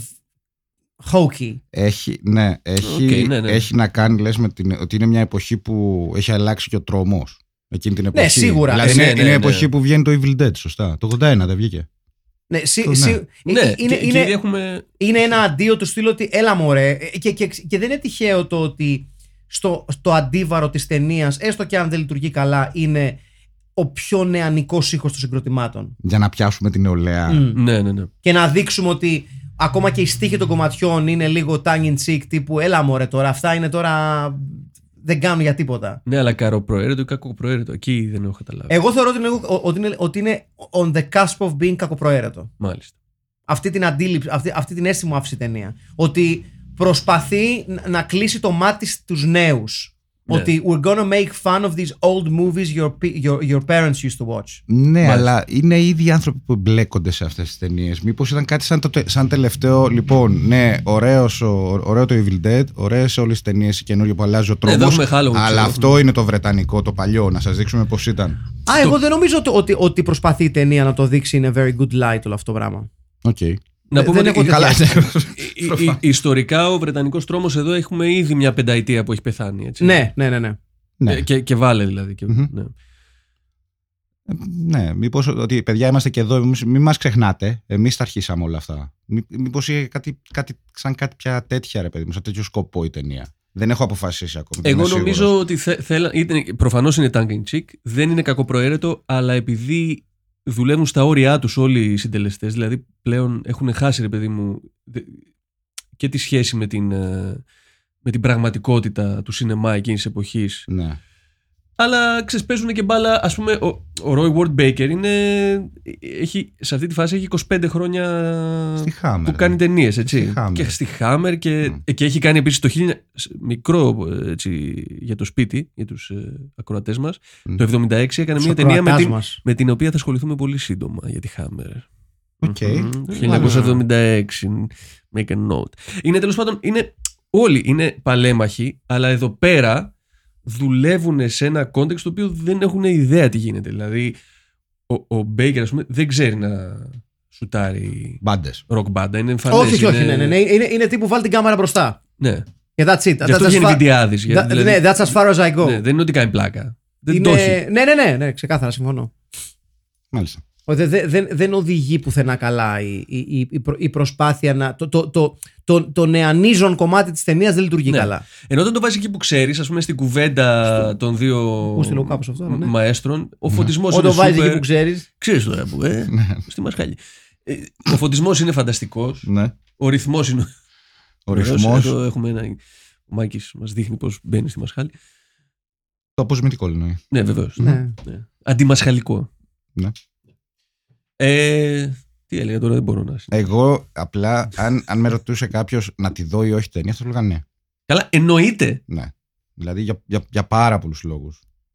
Speaker 1: hokey.
Speaker 3: Έχει, ναι, έχει,
Speaker 2: Οκ, ναι, ναι.
Speaker 3: έχει να κάνει, λες, με την, ότι είναι μια εποχή που έχει αλλάξει και ο τρόμος. Εκείνη την εποχή.
Speaker 1: σίγουρα.
Speaker 3: Δηλαδή
Speaker 2: Ε,
Speaker 3: είναι,
Speaker 2: ναι, ναι,
Speaker 3: είναι
Speaker 2: ναι.
Speaker 3: εποχή που βγαίνει το Evil Dead, σωστά. Το 81 δεν βγήκε.
Speaker 1: Ναι, σι-
Speaker 3: Το ναι.
Speaker 1: σι-
Speaker 2: Ναι,
Speaker 1: ε, είναι,
Speaker 2: και,
Speaker 1: είναι,
Speaker 2: και έχουμε.
Speaker 1: είναι ένα αντίο του στείλω ότι έλα μωρέ Ε, και, και, και δεν είναι τυχαίο το ότι στο, στο αντίβαρο της ταινίας, έστω και αν δεν λειτουργεί καλά είναι ο πιο νεανικός ήχος των συγκροτημάτων
Speaker 3: Για να πιάσουμε την νεολαία.
Speaker 1: Μμ.
Speaker 2: Ναι, ναι, ναι.
Speaker 1: και να δείξουμε ότι ακόμα και η στίχη των κομματιών είναι λίγο tongue in cheek τύπου έλα μωρέ τώρα αυτά είναι τώρα δεν κάνουν για τίποτα
Speaker 2: Ναι, αλλά καροπροαίρετο ή κακοπροαίρετο. Εκεί δεν
Speaker 1: Ε-
Speaker 2: έχω καταλάβει.
Speaker 1: εγώ θεωρώ ότι είναι, ότι είναι, ότι είναι on the cusp of being κακοπροαίρετο
Speaker 2: Μάλιστα.
Speaker 1: αυτή την αντίληψη, αυτή, αυτή την αίσθηση μου άφησε η ταινία. Ότι προσπαθεί ν- να κλείσει το μάτι στους νέους.
Speaker 2: Ναι.
Speaker 1: Ότι we're gonna make fun of these old movies your, pe- your, your parents used to watch.
Speaker 3: Ναι, αλλά είναι οι ίδιοι άνθρωποι που μπλέκονται σε αυτές τις ταινίες. Μήπως ήταν κάτι σαν, το, τε- σαν τελευταίο. Λοιπόν, ναι, ωραίος, ο- ωραίο το Evil Dead, ωραίες όλες τις ταινίες καινούργιο που αλλάζει ο τρόπο.
Speaker 2: Ναι, εδώ έχουμε Halloween,
Speaker 3: αλλά
Speaker 2: ξέρω.
Speaker 3: αυτό είναι το βρετανικό, το παλιό. Να σας δείξουμε πώς ήταν.
Speaker 1: Α, εγώ δεν νομίζω ότι, ότι, ότι προσπαθεί η ταινία να το δείξει in a very good light όλο αυτό το πράγμα.
Speaker 3: Οκ.
Speaker 2: Να
Speaker 1: Ε,
Speaker 2: πούμε
Speaker 1: δεν
Speaker 2: ότι
Speaker 1: έχω
Speaker 2: [LAUGHS]
Speaker 3: Καλά.
Speaker 2: η- η- η- ε, ιστορικά ο Βρετανικός τρόμος εδώ έχουμε ήδη μια πενταετία που έχει πεθάνει. Έτσι.
Speaker 1: Ναι, ναι, ναι. ναι.
Speaker 3: ναι.
Speaker 2: Ε, Και, και βάλε δηλαδή. και-
Speaker 3: Μμμ.
Speaker 2: ναι.
Speaker 3: Ε, Ναι, μήπως ότι παιδιά είμαστε και εδώ, εμείς- μην μας ξεχνάτε, εμείς τα αρχίσαμε όλα αυτά. Μή- Μήπως είχε κάτι, κάτι, σαν κάτι πια τέτοια ρε παιδί μου, σαν τέτοιο σκοπό η ταινία. Δεν έχω αποφασίσει ακόμη. δεν
Speaker 2: Εγώ
Speaker 3: είμαι
Speaker 2: νομίζω
Speaker 3: σίγουρος.
Speaker 2: ότι θε, θέλα, ήταν, προφανώς είναι tongue in cheek, δεν είναι κακοπροαίρετο, αλλά επειδή δουλεύουν στα όρια τους όλοι οι συντελεστές, δηλαδή πλέον έχουν χάσει ρε παιδί μου δε- και τη σχέση με την, ε, με την πραγματικότητα του σινεμά εκείνης της εποχής
Speaker 3: Ναι.
Speaker 2: αλλά ξεσπέζουν και μπάλα. Ας πούμε, ο, ο Roy Ward Baker είναι, έχει, σε αυτή τη φάση έχει 25 χρόνια
Speaker 3: Στη Hammer,
Speaker 2: που
Speaker 3: ε.
Speaker 2: κάνει ταινίες, έτσι.
Speaker 3: Στη Hammer.
Speaker 2: Και στη Hammer και,
Speaker 3: Mm.
Speaker 2: και έχει κάνει επίσης το 1000. Μικρό έτσι, για το σπίτι, για τους ε, ακροατές μας.
Speaker 3: Mm.
Speaker 2: Το 76 έκανε μια
Speaker 1: Στους
Speaker 2: ταινία με
Speaker 1: ακροατάς
Speaker 2: την,
Speaker 1: μας.
Speaker 2: με την οποία θα ασχοληθούμε πολύ σύντομα για τη Hammer.
Speaker 3: Οκ.
Speaker 2: Μμμ,
Speaker 3: Μάλιστα.
Speaker 2: 1976. Make a note. Είναι τέλος πάντων. Είναι, όλοι είναι παλέμαχοι, αλλά εδώ πέρα δουλεύουν σε ένα κόντεξ το οποίο δεν έχουν ιδέα τι γίνεται. Δηλαδή, ο, ο Baker, ας πούμε, δεν ξέρει να σουτάρει
Speaker 3: Μπάντες.
Speaker 2: ροκ μπάντα. Είναι εμφανές.
Speaker 1: Όχι, όχι, όχι.
Speaker 2: είναι-
Speaker 1: Ναι, ναι, ναι. Είναι, είναι τύπου βάλει την κάμερα μπροστά.
Speaker 2: ναι.
Speaker 1: Και that's it.
Speaker 2: Γι' αυτό
Speaker 1: That's as
Speaker 2: βγαίνει
Speaker 1: far-
Speaker 2: βιντεάδης, γιατί
Speaker 1: That-
Speaker 2: δηλαδή-
Speaker 1: Ναι, that's as far as I go.
Speaker 2: ναι, δεν είναι ότι κάνει πλάκα. Δεν
Speaker 1: Είναι-
Speaker 2: το έχει.
Speaker 1: ναι, ναι, ναι, ναι, ξεκάθαρα συμφωνώ.
Speaker 3: Μάλιστα. [LAUGHS]
Speaker 1: Ότι δε- δε- δεν, δεν οδηγεί πουθενά καλά η, η, η, η προ- η προσπάθεια να. Το, το, το, το, το νεανίζον κομμάτι της ταινίας δεν λειτουργεί
Speaker 2: Ναι.
Speaker 1: καλά.
Speaker 2: Ενώ όταν το βάζεις εκεί που ξέρεις, ας πούμε στην κουβέντα των δύο
Speaker 1: Πού στείλω κάπως αυτό, ναι.
Speaker 2: μαέστρων, ο φωτισμό είναι.
Speaker 1: Όταν βάζει
Speaker 2: super.
Speaker 1: εκεί που ξέρεις.
Speaker 2: Ξέρεις τώρα που, ε. στη μασχάλη. Ε, ο φωτισμός είναι φανταστικός.
Speaker 3: Ναι.
Speaker 2: Ο ρυθμός είναι.
Speaker 3: Ο
Speaker 2: ωραίος.
Speaker 3: ρυθμός,
Speaker 2: Εδώ έχουμε ένα. Ο Μάκης μας δείχνει πώς μπαίνει στη μασχάλη.
Speaker 3: το αποσμητικό εννοεί.
Speaker 2: Ναι, βεβαίως.
Speaker 1: Ναι.
Speaker 2: Αντιμασχαλικό.
Speaker 3: Ναι.
Speaker 2: Ε, τι έλεγα τώρα, δεν μπορώ να.
Speaker 3: Ε.
Speaker 2: συνεχίσω.
Speaker 3: Εγώ απλά, αν, αν με ρωτούσε κάποιος να τη δω ή όχι ταινία, θα του έλεγα ναι.
Speaker 2: Καλά, εννοείται.
Speaker 3: Ναι. Δηλαδή για, για, για πάρα πολλούς λόγους.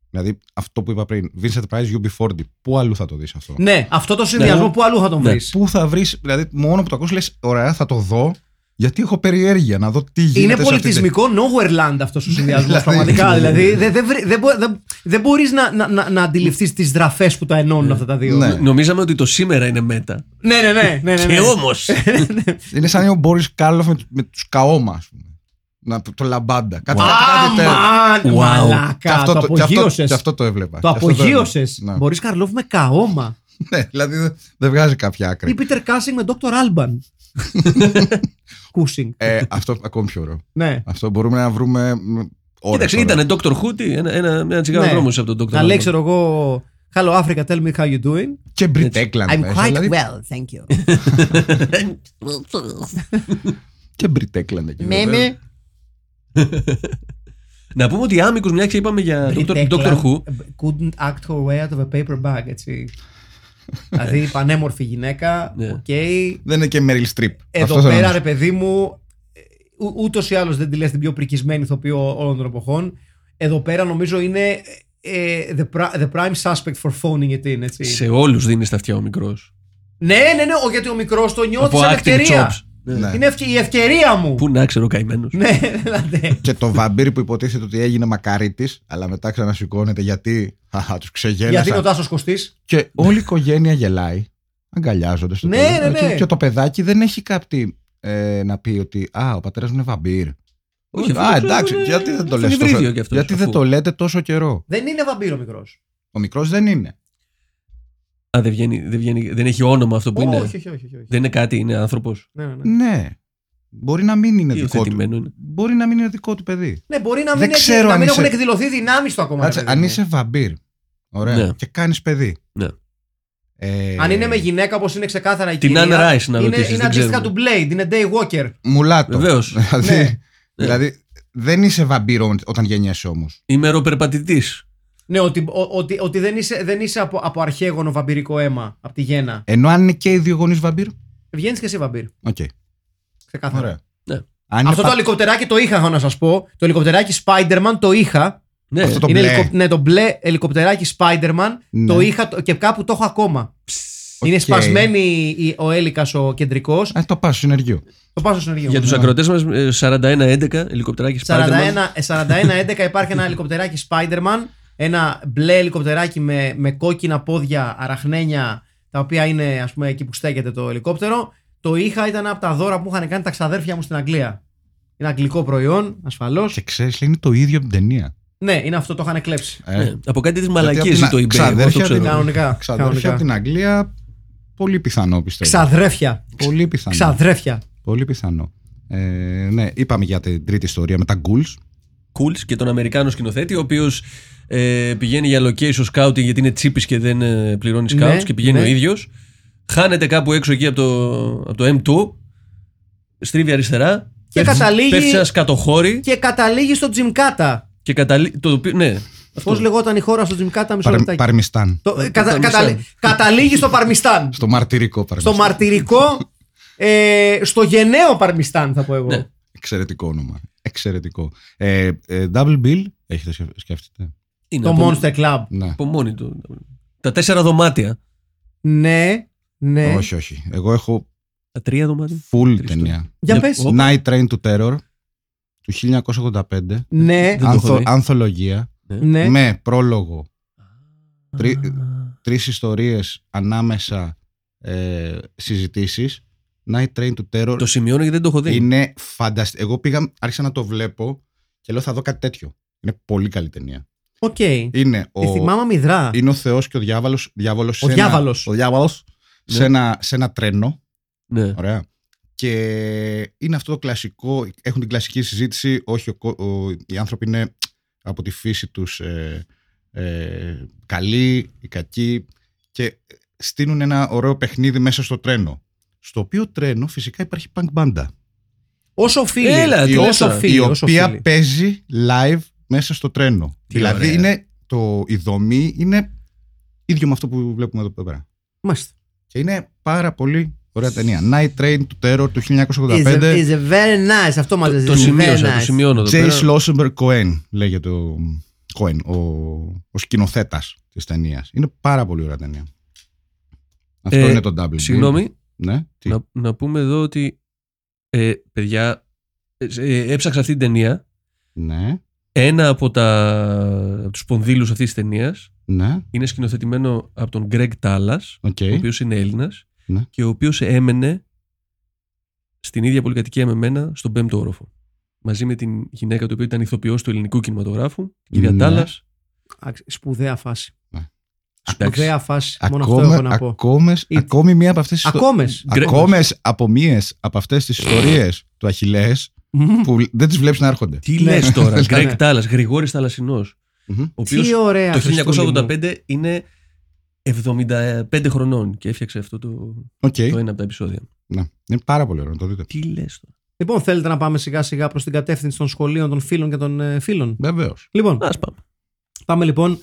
Speaker 3: Δηλαδή αυτό που είπα πριν, Vincent Price, UB40, πού αλλού θα το δεις αυτό.
Speaker 1: ναι, αυτό το συνδυασμό
Speaker 2: Ναι.
Speaker 1: που αλλού θα τον
Speaker 2: Ναι.
Speaker 1: βρεις.
Speaker 3: Πού θα βρεις, δηλαδή, μόνο που το ακούσει, λες: Ωραία, θα το δω, γιατί έχω περιέργεια να δω τι γίνεται.
Speaker 1: Είναι
Speaker 3: σε αυτή
Speaker 1: πολιτισμικό nowhere land αυτός ο συνδυασμός.
Speaker 3: δηλαδή.
Speaker 2: Ναι.
Speaker 1: πραγματικά. δηλαδή δεν δεν βρει- δεν μπο- δεν- δεν μπορείς να, να, να, να αντιληφθείς τις δραφές που τα ενώνουν αυτά τα δύο.
Speaker 3: Ναι.
Speaker 2: Νο- Νομίζαμε ότι το σήμερα είναι μέτα.
Speaker 1: ναι, ναι. ναι, ναι, ναι, ναι.
Speaker 2: Και όμω.
Speaker 3: την- Είναι σαν ο Μπόρις Κάρλοφ με, με τους Καώμα, ας πούμε. Να, το λαμπάντα. Κάτι, κάτι τέτοιο.
Speaker 1: Αμάν!
Speaker 2: Wow.
Speaker 3: Και
Speaker 1: Μαλάκα, το
Speaker 3: αυτό, και, αυτό,
Speaker 1: απογείωσες.
Speaker 3: και αυτό το έβλεπα.
Speaker 1: Το
Speaker 3: Και αυτό έβλεπα.
Speaker 1: απογείωσε.
Speaker 3: Ναι.
Speaker 1: Μπορεί Καρλόφ με καώμα.
Speaker 3: Ναι, δηλαδή δεν δεν βγάζει κάποια άκρη.
Speaker 1: Ή Peter Cushing με Dr.
Speaker 2: [LAUGHS]
Speaker 1: Alban. Cushing.
Speaker 3: Ε, αυτό ακόμη πιο ωραίο.
Speaker 1: Ναι.
Speaker 3: Αυτό μπορούμε να βρούμε. μ, ώρες,
Speaker 2: Κοίταξε,
Speaker 3: ωραία.
Speaker 2: ήταν Dr. Hooty, ένα, ένα, ένα τσιγάρο
Speaker 1: Ναι.
Speaker 2: δρόμος από τον Dr.
Speaker 1: Να λέει,
Speaker 2: Alban.
Speaker 1: ξέρω εγώ. Hello Africa, tell me how you doing.
Speaker 3: Και Μπριτέκλαντ. μέσα, δηλαδή,
Speaker 4: well, thank you.
Speaker 3: Και Μπριτέκλαντ. εκεί,
Speaker 4: Με,
Speaker 3: βέβαια.
Speaker 4: με.
Speaker 2: Να πούμε ότι άμικος, μια και είπαμε για Dr. Dr. Who.
Speaker 1: Couldn't act her way out of a paper bag, έτσι.
Speaker 2: [LAUGHS]
Speaker 1: δηλαδή, πανέμορφη γυναίκα.
Speaker 2: Ναι.
Speaker 1: Οκ.
Speaker 3: Δεν είναι και Μέριλ Στριπ.
Speaker 1: Εδώ πέρα, ρε παιδί μου, ούτως ή άλλως δεν τη λες την πιο πρικισμένη ηθοποιό όλων των εποχών. Εδώ πέρα νομίζω είναι ε, the, pri- the prime suspect for phoning it in, έτσι.
Speaker 2: Σε όλους δίνεις τα αυτιά ο μικρός.
Speaker 1: Ναι, ναι, ναι, ο- γιατί ο μικρός το νιώθεις
Speaker 2: Από
Speaker 1: σαν
Speaker 2: acting
Speaker 1: ευκαιρία.
Speaker 2: jobs. Ναι.
Speaker 3: Ναι.
Speaker 1: Είναι ευκαι- η ευκαιρία μου.
Speaker 2: Πού να ξέρω, καημένος.
Speaker 1: Ναι, δηλαδή.
Speaker 3: Και το βαμπύρι που υποτίθεται ότι έγινε μακαρίτης, αλλά μετά ξανασηκώνεται γιατί του ξεγέλασα.
Speaker 1: Γιατί είναι ο Τάσος Κωστής.
Speaker 3: Και όλη η οικογένεια γελάει, αγκαλιάζονται στο
Speaker 1: Ναι,
Speaker 3: τέλος.
Speaker 1: ναι, ναι.
Speaker 3: Και, και το παιδάκι δεν έχει κάτι ε, να πει ότι Α, ο πατέρας μου είναι βαμπύρ.
Speaker 2: Όχι, αυτό
Speaker 3: Α,
Speaker 2: είναι-
Speaker 3: εντάξει, γιατί δεν το λες
Speaker 2: θνηβρίδιο
Speaker 3: τόσο-
Speaker 2: κι αυτός,
Speaker 3: Γιατί δεν
Speaker 2: αφού.
Speaker 3: το λέτε τόσο καιρό.
Speaker 1: Δεν είναι βαμπύρο μικρός.
Speaker 3: Ο μικρός δεν είναι.
Speaker 2: Α, δεν, βγαίνει, δεν, βγαίνει, δεν έχει όνομα αυτό που
Speaker 1: Όχι,
Speaker 2: είναι.
Speaker 1: όχι, όχι. όχι, όχι.
Speaker 2: Δεν είναι κάτι, είναι άνθρωπος.
Speaker 1: Ναι, ναι, ναι.
Speaker 3: Ναι. Μπορεί να μην είναι δικό του.
Speaker 2: Υιοθετημένο είναι.
Speaker 3: Μπορεί να μην είναι δικό του παιδί.
Speaker 1: Ναι, μπορεί να
Speaker 3: Δεν
Speaker 1: μην, έχει-
Speaker 3: ξέρω
Speaker 1: να
Speaker 3: αν
Speaker 1: μην
Speaker 3: είσαι-
Speaker 1: έχουν εκδηλωθεί δυνάμεις του ακόμα.
Speaker 3: Κάτσε,
Speaker 1: ρε παιδί
Speaker 3: αν
Speaker 1: μου.
Speaker 3: είσαι βαμπύρ. Ωραία.
Speaker 2: Ναι.
Speaker 3: Και κάνεις παιδί.
Speaker 2: Ναι.
Speaker 3: Ε,
Speaker 1: Αν είναι με γυναίκα, όπως είναι ξεκάθαρα η
Speaker 2: Την
Speaker 1: κυρία,
Speaker 2: Anne Rice να
Speaker 1: είναι,
Speaker 2: ρωτήσεις,
Speaker 1: Είναι
Speaker 2: δεν
Speaker 1: αντίστοιχα του
Speaker 2: ξέρουμε.
Speaker 1: Blade, είναι Day Walker.
Speaker 3: Μουλάτο.
Speaker 2: Βεβαίως.
Speaker 3: Δηλαδή,
Speaker 1: Ναι.
Speaker 3: δηλαδή δεν είσαι βαμπύρο όταν γεννιέσαι όμως.
Speaker 2: Είμαι ροπερπατητής.
Speaker 1: Ναι, ότι, ο- ότι, ότι δεν είσαι, δεν είσαι από, από αρχαίγωνο βαμπυρικό αίμα, από τη γέννα.
Speaker 3: Ενώ αν είναι και οι δύο γονείς βαμπύρ.
Speaker 1: Βγαίνεις και εσύ βαμπύρ.
Speaker 3: Οκ.
Speaker 1: Ξεκάθαρα.
Speaker 3: Ωραία.
Speaker 2: Ναι.
Speaker 3: Αν
Speaker 1: Αυτό
Speaker 3: είναι
Speaker 1: το
Speaker 3: πα-
Speaker 1: ελικοπτεράκι το είχα, έχω να σας πω. Το ελικοπτεράκι Spider-Man το είχα.
Speaker 2: Ναι,
Speaker 3: Αυτό το
Speaker 1: είναι
Speaker 3: μπλε.
Speaker 1: ελικο- ναι, το μπλε ελικοπτεράκι Spider-Man
Speaker 3: Ναι.
Speaker 1: το είχα το- και κάπου το έχω ακόμα.
Speaker 3: Οκ.
Speaker 1: Είναι σπασμένη η- ο έλικας ο κεντρικός.
Speaker 3: Ε, το πάω στο συνεργείο.
Speaker 1: Το πάω στο συνεργείο.
Speaker 2: Για τους
Speaker 1: Ναι.
Speaker 2: ακροτές μας, 41-11, ελικοπτεράκι Spider-Man.
Speaker 1: 41 41-11 υπάρχει ένα [LAUGHS] ελικοπτεράκι Spider-Man. Ένα μπλε ελικοπτεράκι με, με κόκκινα πόδια, αραχνένια, τα οποία είναι ας πούμε εκεί που στέκεται το ελικόπτερο. Το είχα, ήταν από τα δώρα που μου είχαν κάνει τα ξαδέρφια μου στην Αγγλία. Είναι αγγλικό προϊόν, ασφαλώς.
Speaker 3: Και ξέρεις, είναι το ίδιο από την ταινία.
Speaker 1: Ναι, είναι αυτό, το είχαν κλέψει.
Speaker 3: Ε,
Speaker 2: Ναι, Από κάτι της
Speaker 3: Γιατί
Speaker 2: μαλακία
Speaker 3: απ'
Speaker 2: το eBay.
Speaker 3: την
Speaker 2: εγώ
Speaker 3: ξαδέρφια
Speaker 2: το
Speaker 3: την
Speaker 2: ξέρω.
Speaker 3: κάνω.
Speaker 1: Κανονικά.
Speaker 3: Ξαδέρφια από
Speaker 1: κανονικά.
Speaker 3: την Αγγλία, πολύ πιθανό πιστεύω.
Speaker 1: Ξαδρέφια.
Speaker 3: Πολύ πιθανό.
Speaker 1: Ξαδρέφια.
Speaker 3: Πολύ πιθανό. Ε, ναι, είπαμε για την τρίτη ιστορία με τα ghouls.
Speaker 2: Κούλ και τον Αμερικάνο σκηνοθέτη, ο οποίος ε, πηγαίνει για location scouting γιατί είναι τσίπης και δεν ε, πληρώνει scouts
Speaker 1: Ναι,
Speaker 2: και πηγαίνει
Speaker 1: ναι.
Speaker 2: ο ίδιος. Χάνεται κάπου έξω εκεί από το, από το M2, στρίβει αριστερά.
Speaker 1: Και καταλήγει-
Speaker 2: Πέφτει σε ένα σκατοχώρι και,
Speaker 1: Και καταλήγει στο Τζιμκάτα.
Speaker 2: καταλήγει. Το, οποίο- ναι, αυτό.
Speaker 1: Πώς λεγόταν η χώρα στο Τζιμκάτα, μισό
Speaker 3: Παρ-
Speaker 1: λεπτάκι.
Speaker 3: Παρμιστάν.
Speaker 1: Το- ε, κατα-
Speaker 2: Παρμιστάν.
Speaker 1: καταλή- Καταλήγει στο Παρμιστάν.
Speaker 3: Στο μαρτυρικό Παρμιστάν.
Speaker 1: στο μαρτυρικό, ε, στο γενναίο Παρμιστάν θα πω εγώ.
Speaker 2: Ναι.
Speaker 3: Εξαιρετικό όνομα. Εξαιρετικό. Ε, ε, double Bill, έχετε σκεφ- σκεφτείτε.
Speaker 2: Είναι
Speaker 1: Το
Speaker 2: από-
Speaker 1: Monster Club.
Speaker 3: Ναι.
Speaker 2: από μόνη του. Τα τέσσερα δωμάτια.
Speaker 1: Ναι, ναι.
Speaker 3: Όχι, όχι. Εγώ έχω
Speaker 2: Τα τρία δωμάτια.
Speaker 3: full
Speaker 2: Χριστό.
Speaker 3: ταινία.
Speaker 1: Για
Speaker 2: Ναι,
Speaker 1: πες.
Speaker 2: ο- Όπα.
Speaker 3: Night Train to Terror του 1985.
Speaker 1: Ναι,
Speaker 2: Δεν το έχω
Speaker 3: Ανθο-
Speaker 2: δει.
Speaker 3: Ανθολογία.
Speaker 1: ναι.
Speaker 3: Με πρόλογο. Τρι-
Speaker 2: Α,
Speaker 3: Τρεις ιστορίες ανάμεσα ε, συζητήσεις. Night Train to Terror.
Speaker 2: Το σημειώνω γιατί δεν το έχω δει.
Speaker 3: Είναι φανταστικό. Εγώ πήγα, άρχισα να το βλέπω και λέω θα δω κάτι τέτοιο. Είναι πολύ καλή ταινία.
Speaker 1: Οκ. Ε,
Speaker 3: Είναι
Speaker 1: Τη
Speaker 3: ο,
Speaker 1: θυμάμαι αμυδρά.
Speaker 3: είναι ο Θεός και ο διάβαλος, διάβολος
Speaker 1: Ο
Speaker 3: σε
Speaker 1: διάβαλος.
Speaker 3: Ένα, ο διάβαλος σε,
Speaker 2: Ναι.
Speaker 3: ένα, σε ένα τρένο.
Speaker 2: Ναι.
Speaker 3: Ωραία. Και είναι αυτό το κλασικό, έχουν την κλασική συζήτηση, όχι ο, κο- ο- οι άνθρωποι είναι από τη φύση τους ε, ε, καλοί, οι κακοί και στείλουν ένα ωραίο παιχνίδι μέσα στο τρένο. Στο οποίο τρένο φυσικά υπάρχει punk μπάντα.
Speaker 1: Όσο φίλοι.
Speaker 2: Έλα, τι λες
Speaker 1: όσο
Speaker 2: τώρα.
Speaker 1: φίλοι.
Speaker 3: η
Speaker 1: όσο
Speaker 3: οποία
Speaker 1: φίλοι.
Speaker 3: παίζει live μέσα στο τρένο.
Speaker 2: Τι
Speaker 3: δηλαδή
Speaker 2: ωραία.
Speaker 3: είναι το, η δομή είναι ίδιο με αυτό που βλέπουμε εδώ πέρα.
Speaker 1: Μάλιστα.
Speaker 3: Και είναι πάρα πολύ ωραία ταινία. Night Train του Terror του 1985.
Speaker 1: Is a, is a very nice. Αυτό μας
Speaker 2: Το,
Speaker 1: λέει.
Speaker 2: το
Speaker 1: Very
Speaker 2: σημείωσα,
Speaker 1: nice.
Speaker 2: το σημειώνω εδώ
Speaker 3: Τζέι
Speaker 2: πέρα.
Speaker 3: Σλόσεμπερ Κοέν λέγεται ο Κοέν, ο, ο σκηνοθέτας της ταινίας. Είναι πάρα πολύ ωραία ταινία. Αυτό
Speaker 2: Ε,
Speaker 3: είναι το Double. Bill.
Speaker 2: Συγγνώμη,
Speaker 3: Ναι, τι.
Speaker 2: Να, να πούμε εδώ ότι ε, παιδιά ε, ε, έψαξα αυτή την ταινία
Speaker 3: Ναι,
Speaker 2: ένα από, τα, από τους πονδύλους αυτής της ταινίας
Speaker 3: ναι,
Speaker 2: είναι σκηνοθετημένο από τον Greg Τάλλας
Speaker 3: οκ.
Speaker 2: ο οποίος είναι Έλληνας
Speaker 3: Ε. Ναι.
Speaker 2: και ο οποίος έμενε στην ίδια πολυκατοικία με εμένα στον πέμπτο όροφο μαζί με την γυναίκα του οποίου ήταν ηθοποιός του ελληνικού κινηματογράφου την κυρία
Speaker 3: Ναι.
Speaker 2: Τάλλας
Speaker 1: Άξι, Σπουδαία φάση.
Speaker 2: Εντάξει.
Speaker 1: Σπουδαία φάση. Μόνο αυτό έχω
Speaker 3: Ακόμα,
Speaker 1: να πω.
Speaker 3: ακόμες,
Speaker 1: It-
Speaker 3: ακόμη μία από αυτές τις ιστορίες.
Speaker 1: Ακόμες.
Speaker 2: Γκρε-
Speaker 3: Ακόμες από μίες από αυτές τις ιστορίες του Αχιλέας
Speaker 1: Μμμ.
Speaker 3: που δεν τις βλέπεις να έρχονται.
Speaker 2: τι
Speaker 1: Ναι.
Speaker 2: λες τώρα
Speaker 1: Ναι.
Speaker 2: Greg Τάλλας, Γρηγόρης Ταλασσινός
Speaker 3: Μμμ.
Speaker 2: ο οποίος
Speaker 1: Τι ωραία.
Speaker 2: το
Speaker 1: Χριστούλη μου.
Speaker 2: 1985 είναι 75 χρονών και έφτιαξε αυτό το,
Speaker 3: Οκ.
Speaker 2: το ένα από τα επεισόδια.
Speaker 3: Ναι. Είναι πάρα πολύ ωραίο να το δείτε.
Speaker 2: Ε. Τι λες τώρα.
Speaker 1: Λοιπόν, θέλετε να πάμε σιγά σιγά προς την κατεύθυνση των σχολείων, των φίλων και των ε, φίλων.
Speaker 3: Βεβαίως.
Speaker 1: Λοιπόν,
Speaker 2: Ας πάμε.
Speaker 1: Πάμε λοιπόν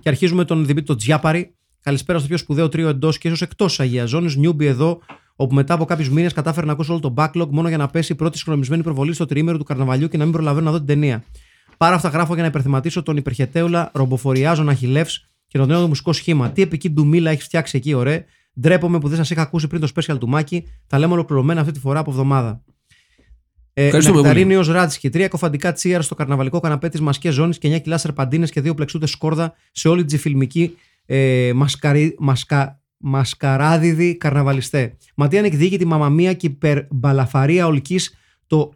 Speaker 1: και αρχίζουμε τον Δημήτρη τον Τζιάπαρη. Καλησπέρα στο πιο σπουδαίο τρίο εντός και ίσως εκτός Αγίας Ζώνης. Νιούμπι εδώ, όπου μετά από κάποιους μήνες κατάφερε να ακούσει όλο το backlog μόνο για να πέσει η πρώτη συγχρονισμένη προβολή στο τριήμερο του καρναβαλιού και να μην προλαβαίνω να δω την ταινία. Πάρα αυτά γράφω για να υπερθυματίσω τον υπερχετέουλα ρομποφοριάζων Αχηλεύ και τον νέο του μουσικό σχήμα. Τι επική ντουμίλα έχεις φτιάξει εκεί, ωραία. Ντρέπομαι που δεν σας είχα ακούσει πριν το special του Μάκη. Τα λέμε ολοκληρωμένα αυτή τη φορά από εβδομάδα. Ε,
Speaker 2: Ευχαριστούμε πολύ.
Speaker 1: Νεκταρίνιο Ράτσκι, τρία κοφαντικά τσίαρα στο καρναβαλικό καναπέ της Μασκέ Ζώνης και 9 κιλά σερπαντίνες και δύο πλεξούτες σκόρδα σε όλη τη φιλμική ε, μασκαρι, μασκα, μασκαράδιδη καρναβαλιστέ. Μα τι αν εκδίκει τη μαμαμία και υπερμπαλαφαρία ολική το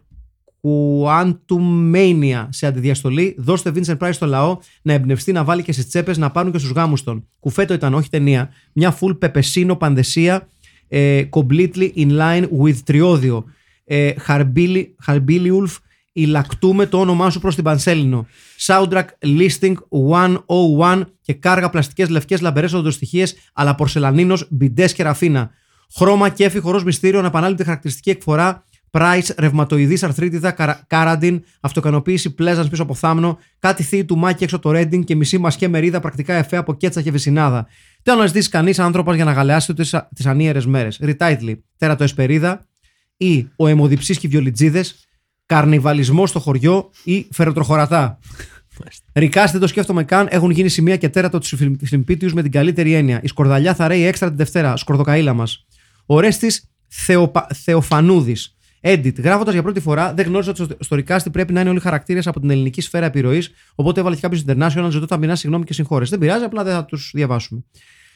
Speaker 1: Quantum Mania σε αντιδιαστολή. Δώστε Vincent Price στο λαό να εμπνευστεί, να βάλει και στις τσέπες, να πάρουν και στους γάμους των. Κουφέτο ήταν, όχι ταινία. Μια full πεπεσίνο πανδεσία ε, completely in line with τριώδιο. Ε, Χαρμπίλι, Χαρμπίλι Ουλφ, ηλακτούμε το όνομά σου προς την Πανσέλινο. Soundtrack Listing 101 και κάργα πλαστικές λευκές λαμπερές οδοστοιχίες αλλά πορσελανίνος, μπιντές και ραφίνα. Χρώμα, κέφι, χορός μυστήριο, αναπανάληπτη χαρακτηριστική εκφορά, Price, ρευματοειδής, αρθρίτιδα, καρα- κάραντιν, αυτοκανοποίηση, πλέζαν πίσω από θάμνο, κάτι θύη του μάκι έξω από το ρέντινγκ και μισή μασχέ μερίδα πρακτικά εφέ από κέτσα και βυσινάδα. Τι άλλο να ζητήσει κανείς άνθρωπος για να γαλεάσει τι ανίερες μέρες. Ριτάιτλι, τέρατο εσπερίδα ή ο αιμοδιψή και οι βιολιτζίδες, καρνιβαλισμός στο χωριό ή φεροτροχωρατά. Ρικάστε δεν το σκέφτομαι καν. Έχουν γίνει σημεία και τέρατα του συμφιλμπίτιου με την καλύτερη έννοια. Η σκορδαλιά θα ρέει έξτρα την Δευτέρα. Σκορδοκαίλα μας. Ο Ρέστης Θεοπα... Θεοφανούδης. Edit. Γράφοντας για πρώτη φορά, δεν γνώριζα ότι στο- στο Ρικάστη πρέπει να είναι όλοι χαρακτήρες από την ελληνική σφαίρα επιρροής. Οπότε έβαλε και κάποιο international. Ζητώ ταπεινά συγγνώμη και συγχώρες. Δεν πειράζει, απλά δεν θα τους διαβάσουμε.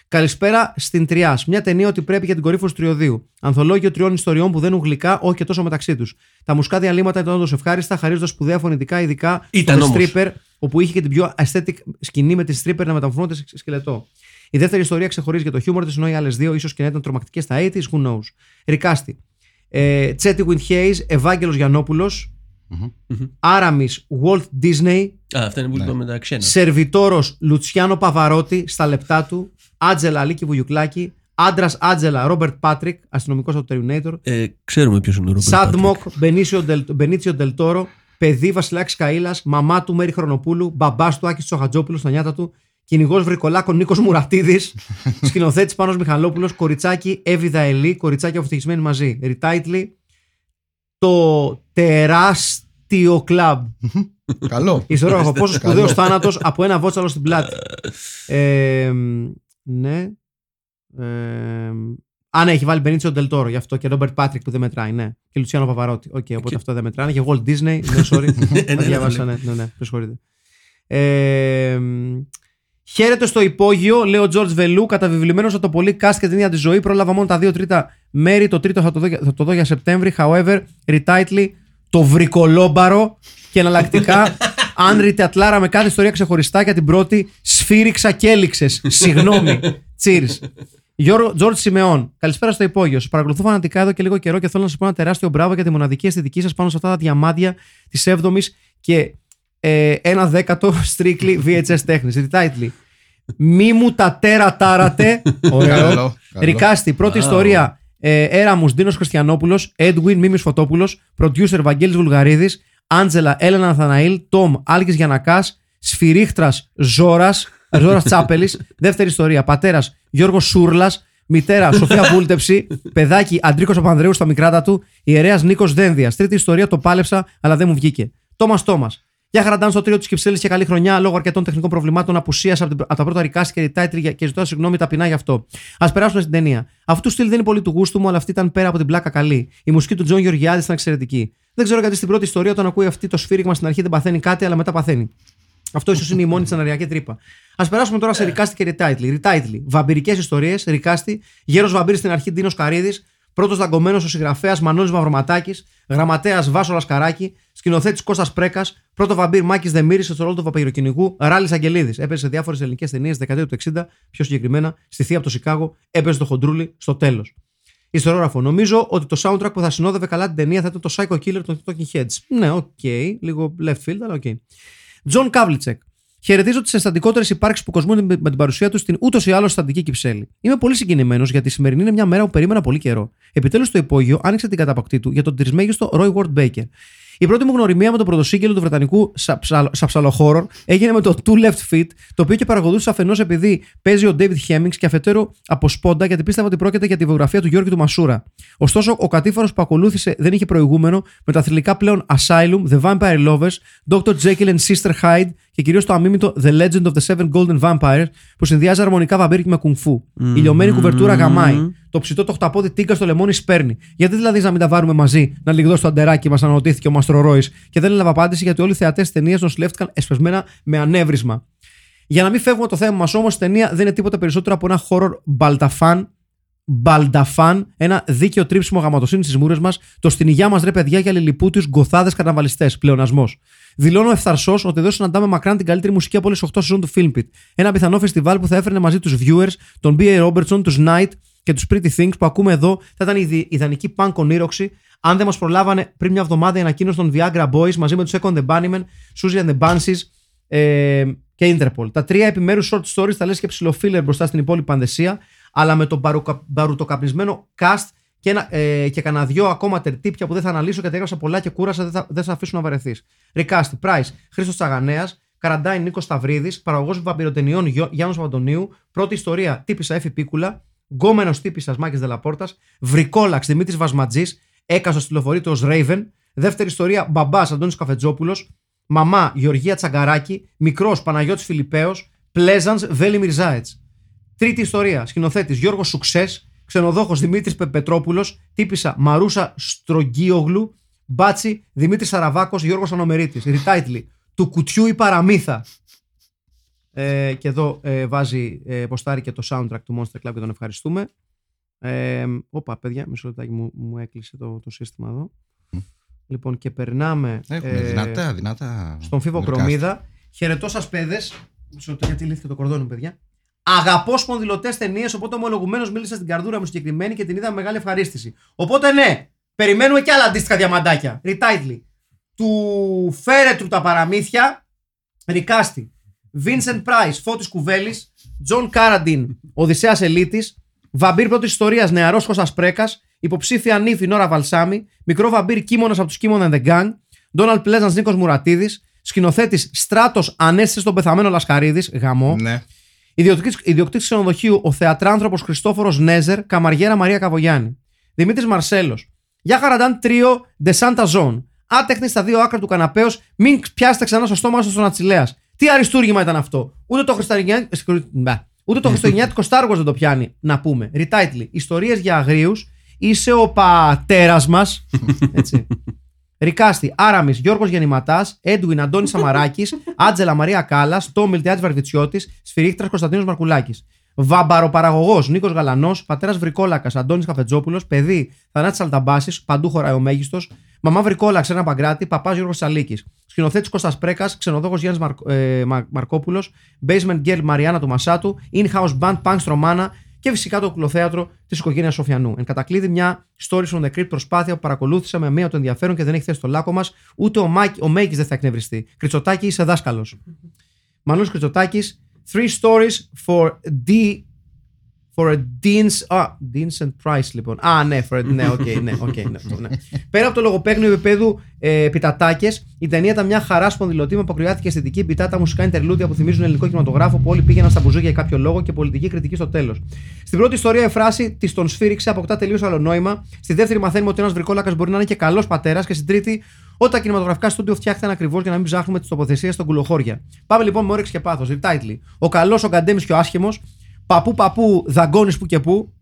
Speaker 1: Καλησπέρα στην Τριάς. Μια ταινία ότι πρέπει για την κορύφωση του τριωδίου. Ανθολόγιο τριών ιστοριών που δένουν γλυκά, όχι και τόσο μεταξύ τους. Τα μουσκάδια λίμματα ήταν όντως ευχάριστα, χαρίζοντας σπουδαία φωνητικά, ειδικά
Speaker 2: Ήταν
Speaker 1: στο The
Speaker 2: όμως.
Speaker 1: stripper, όπου είχε και την πιο aesthetic σκηνή με τη stripper να μεταμορφώνεται σε σκελετό. Η δεύτερη ιστορία ξεχωρίζει για το χιούμορ της, ενώ οι άλλες δύο ίσως και να ήταν τρομακτικές στα 80s, who knows. Ρικάστη. Ε, Τσέτι Χέι, Ευάγγελο Γιανόπουλο. Άραμι Mm-hmm. Walt Disney,
Speaker 2: Α, αυτά είναι
Speaker 3: Ναι.
Speaker 2: που λέμε τα ξένα.
Speaker 1: Σερβιτόρος Λουτσιάνο Παβαρότη στα λεπτά του. Άτζελα Αλίκη Βουγιουκλάκη. Άντρας Άτζελα Ρόμπερτ Πάτρικ, αστυνομικός από το Terminator.
Speaker 2: Ε, ξέρουμε ποιος είναι ο Ρόμπερτ.
Speaker 1: Σάντμοκ Μπενίσιο Ντελ- Μπενίτσιο Ντελτόρο. Παιδί Βασιλάκης Καήλα. Μαμά του Μέρη Χρονοπούλου. Μπαμπάς του Άκης Τσοχατζόπουλου στα νιάτα του. Κυνηγός Βρικολάκων Νίκος Μουρατίδης. Σκηνοθέτης Πάνος Μιχαλόπουλος. Κοριτσάκι Εύη Δαελή. Κοριτσάκι Ευτυχισμένοι μαζί. Ριτάιτλι. Το τεράστιο κλαμπ.
Speaker 3: Καλό.
Speaker 1: Ιστορόγραφο. Πόσο
Speaker 3: Καλό.
Speaker 1: σπουδαίο θάνατος από ένα βότσαλο στην πλάτη. Ε, μ, ναι. Ε, μ, α, ναι, έχει βάλει Μπενίτσιο Ντελτόρο γι' αυτό και Ρόμπερτ Πάτρικ που δεν μετράει. Ναι. Και Λουτσιάνο Παπαρότη. Οκ, οπότε
Speaker 2: Και-
Speaker 1: αυτό δεν μετράει. Και Walt Disney. Ναι, sorry.
Speaker 2: [LAUGHS] ναι,
Speaker 1: Το
Speaker 2: ναι,
Speaker 1: διάβασα.
Speaker 2: ναι.
Speaker 1: Ναι, ναι, ναι. Με συγχωρείτε. Ε, μ, Χαίρετε στο υπόγειο, λέει ο Τζορτ Βελού, καταβιβλημένος από το πολύ cast και την ίδια τη ζωή. Πρόλαβα μόνο τα δύο τρίτα μέρη. Το τρίτο θα το δω, για- θα το δω για Σεπτέμβρη. However, retitle το βρικολόμπαρο και
Speaker 2: [LAUGHS]
Speaker 1: εναλλακτικά. Αν ρητατλάρα με κάθε ιστορία ξεχωριστά για την πρώτη, σφύριξα και έληξες. Συγγνώμη. Cheers. Γιώργο Τζορτ Σιμεών, καλησπέρα στο υπόγειο. Σας παρακολουθώ φανατικά εδώ και λίγο καιρό και θέλω να σας πω ένα τεράστιο μπράβο για τη μοναδική αισθητική σας πάνω σε αυτά τα διαμάντια της 7η και ε, ένα δέκατο στρίκλι VHS τέχνη. Ρητάιτλι. Μη μου τα τέρα τάρατε. Ωραίο.
Speaker 3: [LAUGHS] Καλό. καλό.
Speaker 1: Ρικάστη, πρώτη
Speaker 2: Wow.
Speaker 1: ιστορία. Ε, Έραμους Ντίνο Χριστιανόπουλος, Edwin Μίμης Φωτόπουλος, producer Βαγγέλης Βουλγαρίδης, Άντζελα Έλενα Αθαναήλ, Τόμ Άλκης Γιανακάς, Σφυρίχτρας Ζώρας, Ζώρας Τσάπελης, δεύτερη ιστορία. Πατέρας Γιώργος Σούρλας, μητέρα Σοφία Βούλτεψη, παιδάκι Αντρίκος Απανδρέου στα μικράτα του, ιερέας Νίκος Δένδιας. Τρίτη ιστορία το πάλεψα, αλλά δεν μου βγήκε. Τόμας Τόμας. Γεια χαρά, Ντάν, στο τρίο της Κυψέλης και καλή χρονιά. Λόγω αρκετών τεχνικών προβλημάτων απουσίασα από, την- από τα πρώτα ρικάστηκε η title για- και ζητώ συγγνώμη ταπεινά γι' αυτό. Ας περάσουμε στην ταινία. Αυτού του στυλ δεν είναι πολύ του γούστου μου, αλλά αυτή ήταν πέρα από την πλάκα καλή. Η μουσική του Τζον Γεωργιάδη ήταν εξαιρετική. Δεν ξέρω γιατί στην πρώτη ιστορία όταν ακούει αυτή το σφύριγμα στην αρχή δεν παθαίνει κάτι, αλλά μετά παθαίνει. Αυτό ίσως είναι η μόνη σεναριακή τρύπα. Ας περάσουμε τώρα σε ρικάστη και retitle. Ριτάιτλι. Βαμπυρικές ιστορίες, ρικάστη. Γέρος βαμπύρης στην αρχή Ντίνος Καρίδης. Πρώτος δαγκωμένος ο συγγραφέας Μανώλης Μαυροματάκης. Γραμματέας Βάσο Λασκαράκη. Σκηνοθέτης Κώστας Πρέκας. Πρώτο βαμπύρ Μάκης Δεμήρης στο ρόλο του Παπαγυροκυνηγού. Ράλης Αγγελίδης. Έπαιζε σε διάφορες ελληνικές ταινίες δεκαετία του 60, πιο συγκεκριμένα στη Θεία από το Σικάγο. Έπαιζε το Χοντρούλι στο τέλος. Ιστορόγραφο. Νομίζω ότι το soundtrack που θα συνόδευε καλά την ταινία θα ήταν το Psycho Killer των Talking Heads. Ναι, οκ. Λίγο left field, αλλά οκ. Τζον Καβλιτσεκ. Χαιρετίζω τις αισθαντικότερες υπάρξεις που κοσμούνται με με την παρουσία τους στην ούτως ή άλλως αισθαντική κυψέλη. Είμαι πολύ συγκινημένος γιατί η σημερινή είναι μια μέρα που περίμενα πολύ καιρό. Επιτέλους το υπόγειο άνοιξε την καταπακτή του για τον τρισμέγιστο Roy Ward Baker. Η πρώτη μου γνωριμία με τον πρωτοσύγκελο του βρετανικού σαψαλ- σαψαλοχώρορ έγινε με το Two Left Feet, το οποίο και παρακολούθησα αφενός επειδή παίζει ο David Hemmings και αφετέρου από σπόντα γιατί πίστευα ότι πρόκειται για τη βιογραφία του Γιώργη του Μασούρα. Ωστόσο, ο κατήφορος που ακολούθησε δεν είχε προηγούμενο με τα θρηλυκά πλέον Asylum, The Vampire Lovers, Dr. Jekyll and Sister Hyde και κυρίως το αμίμητο The Legend of the Seven Golden Vampires που συνδυάζει αρμονικά βαμπύρικη με κουνφού. Η λιωμένη κουβερτούρα γαμάει. Το ψητό το χταπόδι τίγκα στο λεμόνι σπέρνει. Γιατί δηλαδή να μην τα βάρουμε μαζί, να λιγδώσει το αντεράκι μας, αναρωτήθηκε ο Μαστρορόη. Και δεν έλαβα απάντηση γιατί όλοι οι θεατές της ταινίας νοσηλεύτηκαν εσπεσμένα με ανέβρισμα. Για να μην φεύγουμε από το θέμα μας όμως, η ταινία δεν είναι τίποτα περισσότερο από ένα horror μπαλταφάν Μπαλνταφάν, ένα δίκαιο τρίψιμο γαματοσύνη στις μούρες μας, το στην υγειά μας ρε παιδιά για λιλιπούτιους γκοθάδες καρναβαλιστές, πλεονασμός. Δηλώνω ευθαρσώ ότι εδώ συναντάμε μακράν την καλύτερη μουσική από όλες 8 σεζόν του Filmpit. Ένα πιθανό φεστιβάλ που θα έφερνε μαζί τους viewers, τον B.A. Robertson, τους Knight και τους Pretty Things που ακούμε εδώ θα ήταν η δι- ιδανική punk ονείροξη αν δεν μας προλάβανε πριν μια εβδομάδα η ανακοίνωση των Viagra Boys μαζί με τους Second The Bunnymen, Susie and the Banshees, ε, και Interpol. Τα τρία επιμέρους short stories θα λες και ψηλοφίλερ μπροστά στην υπόλοιπη πανδεσία, αλλά με τον μπαρουκα- μπαρουτοκαπνισμένο cast και, ένα, ε, και κανένα δυο ακόμα τερτύπια που δεν θα αναλύσω γιατί έγραψα πολλά και κούρασα, δεν θα, δεν θα αφήσουν να βαρεθείς. Ρικάστη, Πράι, Χρήστος Τσαγανέας, Καραντάιν Νίκος Σταυρίδης, παραγωγός βαμπυροτενιών Γιάννου Παπαντονίου, πρώτη ιστορία τύπησα Εφη Πίκουλα, γκόμενος τύπησας Μάκης Δελαπόρτας, Βρικόλαξ Δημήτρης Βασματζής, έκαστος τηλεφορείται ω Raven, δεύτερη ιστορία Μπαμπάς Αντώνης Καφετζόπουλος, Μαμά Γεωργία Τσαγκαράκη, μικρός Παναγιώτης Φιλιππέος, Πλέζαν Βέλη Μιρζάετ. Τρίτη ιστορία, σκηνοθέτης Γιώργος Σουξές, ξενοδόχος Δημήτρης Πεπετρόπουλος, τύπησα Μαρούσα Στρογγίογλου, Μπάτσι Δημήτρης Σαραβάκος, Γιώργος Ανομερίτης. Ριτάιτλι, του κουτιού η παραμύθα. Ε, και εδώ ε, βάζει ε, ποστάρι και το soundtrack του Monster Club και τον ευχαριστούμε. Ε, όπα, παιδιά, μισό λεπτάκι μου, μου έκλεισε το, το σύστημα εδώ. Λοιπόν, και περνάμε
Speaker 3: Έχουμε
Speaker 1: ε,
Speaker 3: δυνατά, δυνατά.
Speaker 1: στον Φίβο
Speaker 3: Recast.
Speaker 1: Κρομίδα. Χαιρετώ σας, παιδες. Μισό λεπτό, γιατί λύθηκε το κορδόνι, παιδιά. Αγαπώ σπονδυλωτές ταινίες, οπότε ομολογουμένω μίλησα στην καρδούρα μου συγκεκριμένη και την είδα με μεγάλη ευχαρίστηση. Οπότε ναι, περιμένουμε κι άλλα αντίστοιχα διαμαντάκια. Ριτάιτλι. Του Φέρετρου τα παραμύθια. Ρικάστη. Vincent Price, Φώτης Κουβέλης. Τζον Κάραντιν, Οδυσσέας Ελίτης. Βαμπύρ πρώτης ιστορίας, νεαρός Κώστα Πρέκας. Υποψήφια νύφη Νόρα Βαλσάμι. Μικρό βαμπύρ κίμωνας από τους Κίμωνα and the Gang. Ντόναλτ Πλέζαν Νίκος Μουρατίδης. Σκηνοθέτης Στράτος Ανέστη στον πεθαμένο Λασκαρίδης. Γαμό.
Speaker 3: Ναι.
Speaker 1: Ιδιοκτήτης- Ιδιοκτήτης ξενοδοχείου ο θεατράνθρωπος Χριστόφορος Νέζερ, καμαριέρα Μαρία Καβογιάννη. Δημήτρης Μαρσέλος. Για χαραντάν τρίο Ντεσάντα Ζών. Άτεχνη στα δύο άκρα του καναπέως, μην πιάσετε ξανά στο στόμα σας τον Ατσιλέας. Τι αριστούργημα ήταν αυτό. Ούτε το, Χριστουγεννιά... συγχωρεί- μπα. Ούτε το Χριστουγεννιάτικο Στάργο δεν το πιάνει, να πούμε. Ριτάιτλι. Ιστορίες για αγρίους. Είσαι ο πατέρας μας. Έτσι. Ρικάστη, Άραμις, Γιώργος Γεννηματάς, Έντουιν Αντώνης Σαμαράκης, Άτζελα Μαρία Κάλλας, Τόμιλ Τιάτ Βαρβιτσιώτης, Σφυρίχτρας Κωνσταντίνος Μαρκουλάκης. Βαμπαροπαραγωγός Νίκος Γαλανός, πατέρας Βρικόλακας Αντώνης Καφετζόπουλο, παιδί Θανάτης Αλταμπάσης, παντού χωράει ο μέγιστος, μαμά Βρικόλαξ ένα παγκράτη, παπάς Γιώργος Σαλίκη, σκηνοθέτης Κώστας Πρέκας, ξενοδόχο Γιάννης Μαρκ, ε, Μα- Μαρκόπουλος, basement girl Μαριάννα του Μασάτου, in-house band Punk Stromana, και φυσικά το κουλοθέατρο της οικογένειας Σοφιανού. Εν κατακλείδη, μια story from the crypt προσπάθεια που παρακολούθησα με μία το ενδιαφέρον και δεν έχει θέσει το λάκκο μας, ούτε ο, Μάκη, ο Μέικης δεν θα εκνευριστεί. Κριτσοτάκη, είσαι δάσκαλος. Μανώλης Κριτσοτάκης, three stories for D. For a Dean's. Α, Dean's and Price, λοιπόν. Α, ναι, for a, ναι, οκ, ναι, οκ, ναι, αυτό, ναι. Πέρα από το λογοπαίγνιο επίπεδου ε, πιτατάκες, η ταινία ήταν μια χαρά σπονδυλωτή με αποκριάτικη αισθητική πιτάτα, μουσικά interludia που θυμίζουν ελληνικό κινηματογράφο που όλοι πήγαιναν στα μπουζούκια για κάποιο λόγο και πολιτική κριτική στο τέλος. Στην πρώτη ιστορία η φράση της τον σφύριξε αποκτά τελείως άλλο νόημα. Στη δεύτερη μαθαίνουμε ότι ένας βρικόλακας μπορεί να είναι και καλός πατέρας και στην τρίτη όταν τα κινηματογραφικά στούντιο φτιάχτηκαν ακριβώς για να μην ψάχνουμε τις τοποθεσίες στον κουλοχώρια. Πάμε λοιπόν με όρεξη και πάθος. Ριτάιτλι. Ο καλός, ο καντέμι και ο άσχημος. Παππού παππού, δαγκώνεις που και που.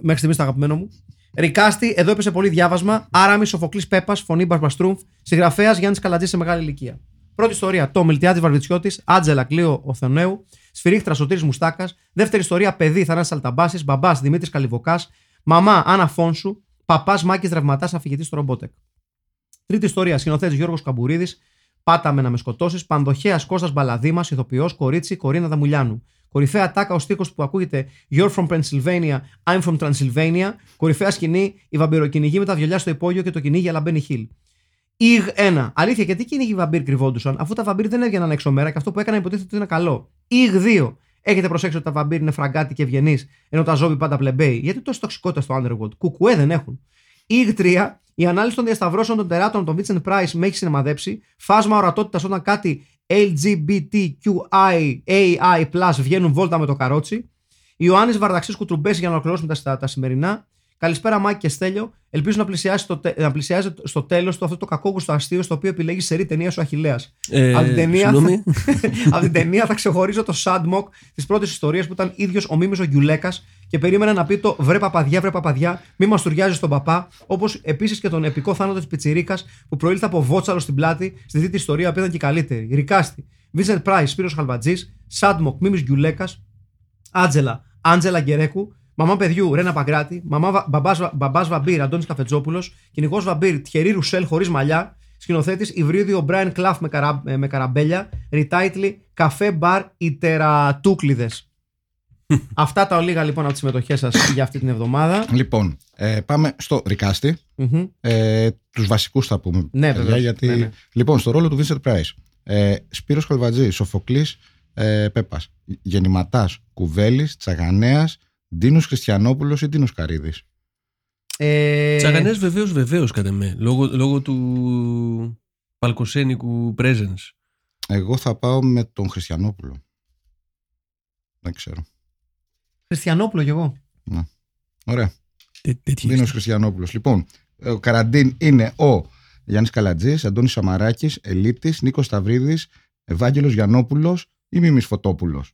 Speaker 1: Μέχρι στιγμής το αγαπημένο μου. Ρικάστη, εδώ έπεσε πολύ διάβασμα. Άραμι, Σοφοκλής Πέπας, φωνή Μπαρμπαστρούμφ. Συγγραφέας Γιάννης Καλατζής σε μεγάλη ηλικία. Πρώτη ιστορία, το Μιλτιάδης Βαρβιτσιώτης, Άτζελα Κλείο Οθενέου, Σφυρίχτρα Σωτήρης Μουστάκας. Δεύτερη ιστορία, παιδί Θανάση Αλταμπάση, μπαμπάς Δημήτρης Καλυβοκάς, μαμά Άννα Φόνσου, παπάς Μάκης Δραυματά, αφηγητής στο ρομπότεκ. Τρίτη ιστορία, σκηνοθέτης Γιώργος Καμπουρίδης. Πάταμε να με σκοτώσεις. Πανδοχέας Κώστας Μπαλαδήμα, ηθοποιός, κορίτσι, Κορίνα Δαμουλιάνου. Κορυφαία τάκα ο στίχος που ακούγεται You're from Pennsylvania, I'm from Transylvania. Κορυφαία σκηνή, η βαμπυροκυνηγή με τα βιολιά στο υπόγειο και το κυνήγι αλλά μπαίνει χιλ. Ιγ 1. Αλήθεια, γιατί κυνήγοι βαμπύρ κρυβόντουσαν, αφού τα βαμπύρ δεν έβγαιναν έξω μέρα και αυτό που έκαναν υποτίθεται ότι είναι καλό. Ιγ 2. Έχετε προσέξει ότι τα βαμπύρ είναι φραγκάτι και ευγενείς, ενώ τα ζόμπι πάντα πλεμπέει. Γιατί τόση τοξικότητα στο Underworld. Κουκουέ δεν έχουν. Ιγ 3. Η ανάλυση των διασταυρώσεων των τεράτων των Vincent Price με έχει συνεμαδέψει. Φάσμα ορατότητας όταν κάτι LGBTQIAI βγαίνουν βόλτα με το καρότσι. Ιωάννης Βαρδαξή Κουτρουμπέση για να ολοκληρώσουμε τα, τα σημερινά. Καλησπέρα, Μάκη και Στέλιο. Ελπίζω να πλησιάζει, το, τε- να πλησιάζει στο τέλος του αυτό το κακόγουστο αστείο στο οποίο επιλέγει σερή ταινία σου Αχηλέα.
Speaker 2: Ε,
Speaker 1: Απ' την ταινία-
Speaker 2: [LAUGHS] Συγγνώμη.
Speaker 1: [LAUGHS] Από την ταινία θα ξεχωρίζω το Σάντμοκ της πρώτης ιστορίας που ήταν ίδιος ο Μίμης ο Γιουλέκας και περίμενα να πει το βρε παπαδιά, βρε παπαδιά, μη μαστουριάζει τον παπά. Όπως επίσης και τον επικό θάνατο της Πιτσιρίκας που προήλθε από βότσαλο στην πλάτη στη δίτη ιστορία που ήταν και καλύτερη. Ρικάστη, Βίζερ Πράις, Σπύρος Χαλβατζής, Σάντμοκ, Μίμης Γιουλέκας, Άτζελα, Άντζελα Γκερέκου, μαμά παιδιού Ρένα Παγκράτη, μαμά βα- μπαμπάς, βα- μπαμπάς Βαμπύρ Αντώνης Καφετζόπουλος, κυνηγός Βαμπύρ Τιερή Ρουσέλ χωρίς μαλλιά, σκηνοθέτης Ιβρίδιο Μπράιν Κλαφ με, καρα, ε, με καραμπέλια, ριτάιτλι Καφέ Μπαρ [LAUGHS] Ιτερατούκλιδες. Αυτά τα ολίγα λοιπόν από τις συμμετοχές σας για αυτή την εβδομάδα.
Speaker 3: Λοιπόν, ε, πάμε στο Ρικάστη.
Speaker 1: Μμμ.
Speaker 3: Ε, τους βασικούς θα πούμε.
Speaker 1: Ναι,
Speaker 3: παιδιά,
Speaker 1: βεβαίως.
Speaker 3: γιατί...
Speaker 1: Ναι, ναι.
Speaker 3: Λοιπόν, στο ρόλο του Vincent Price. Ε, Σπύρος Χαλβατζή, Σοφοκλής ε, Πέπας. Γεννηματάς Κουβέλης, Τσαγανέας, Ντίνος Χριστιανόπουλος ή Ντίνος Καρίδης.
Speaker 1: Ε,
Speaker 2: Τσαγανέ βεβαίως, βεβαίως κατά με. Λόγω, λόγω του παλκοσένικου presence.
Speaker 3: Εγώ θα πάω με τον Χριστιανόπουλο. Δεν ξέρω.
Speaker 1: Χριστιανόπουλο κι εγώ.
Speaker 3: Ωραία.
Speaker 2: Τέ- τέτοια
Speaker 3: Δίνο
Speaker 2: ιστορία.
Speaker 3: Χριστιανόπουλος. Λοιπόν, ε, ο Καραντίν είναι ο Γιάννης Καλατζής, Αντώνης Σαμαράκης, Ελίτης, Νίκος Σταυρίδης, Ευάγγελος Γιανόπουλο ή Μίμης Φωτόπουλος.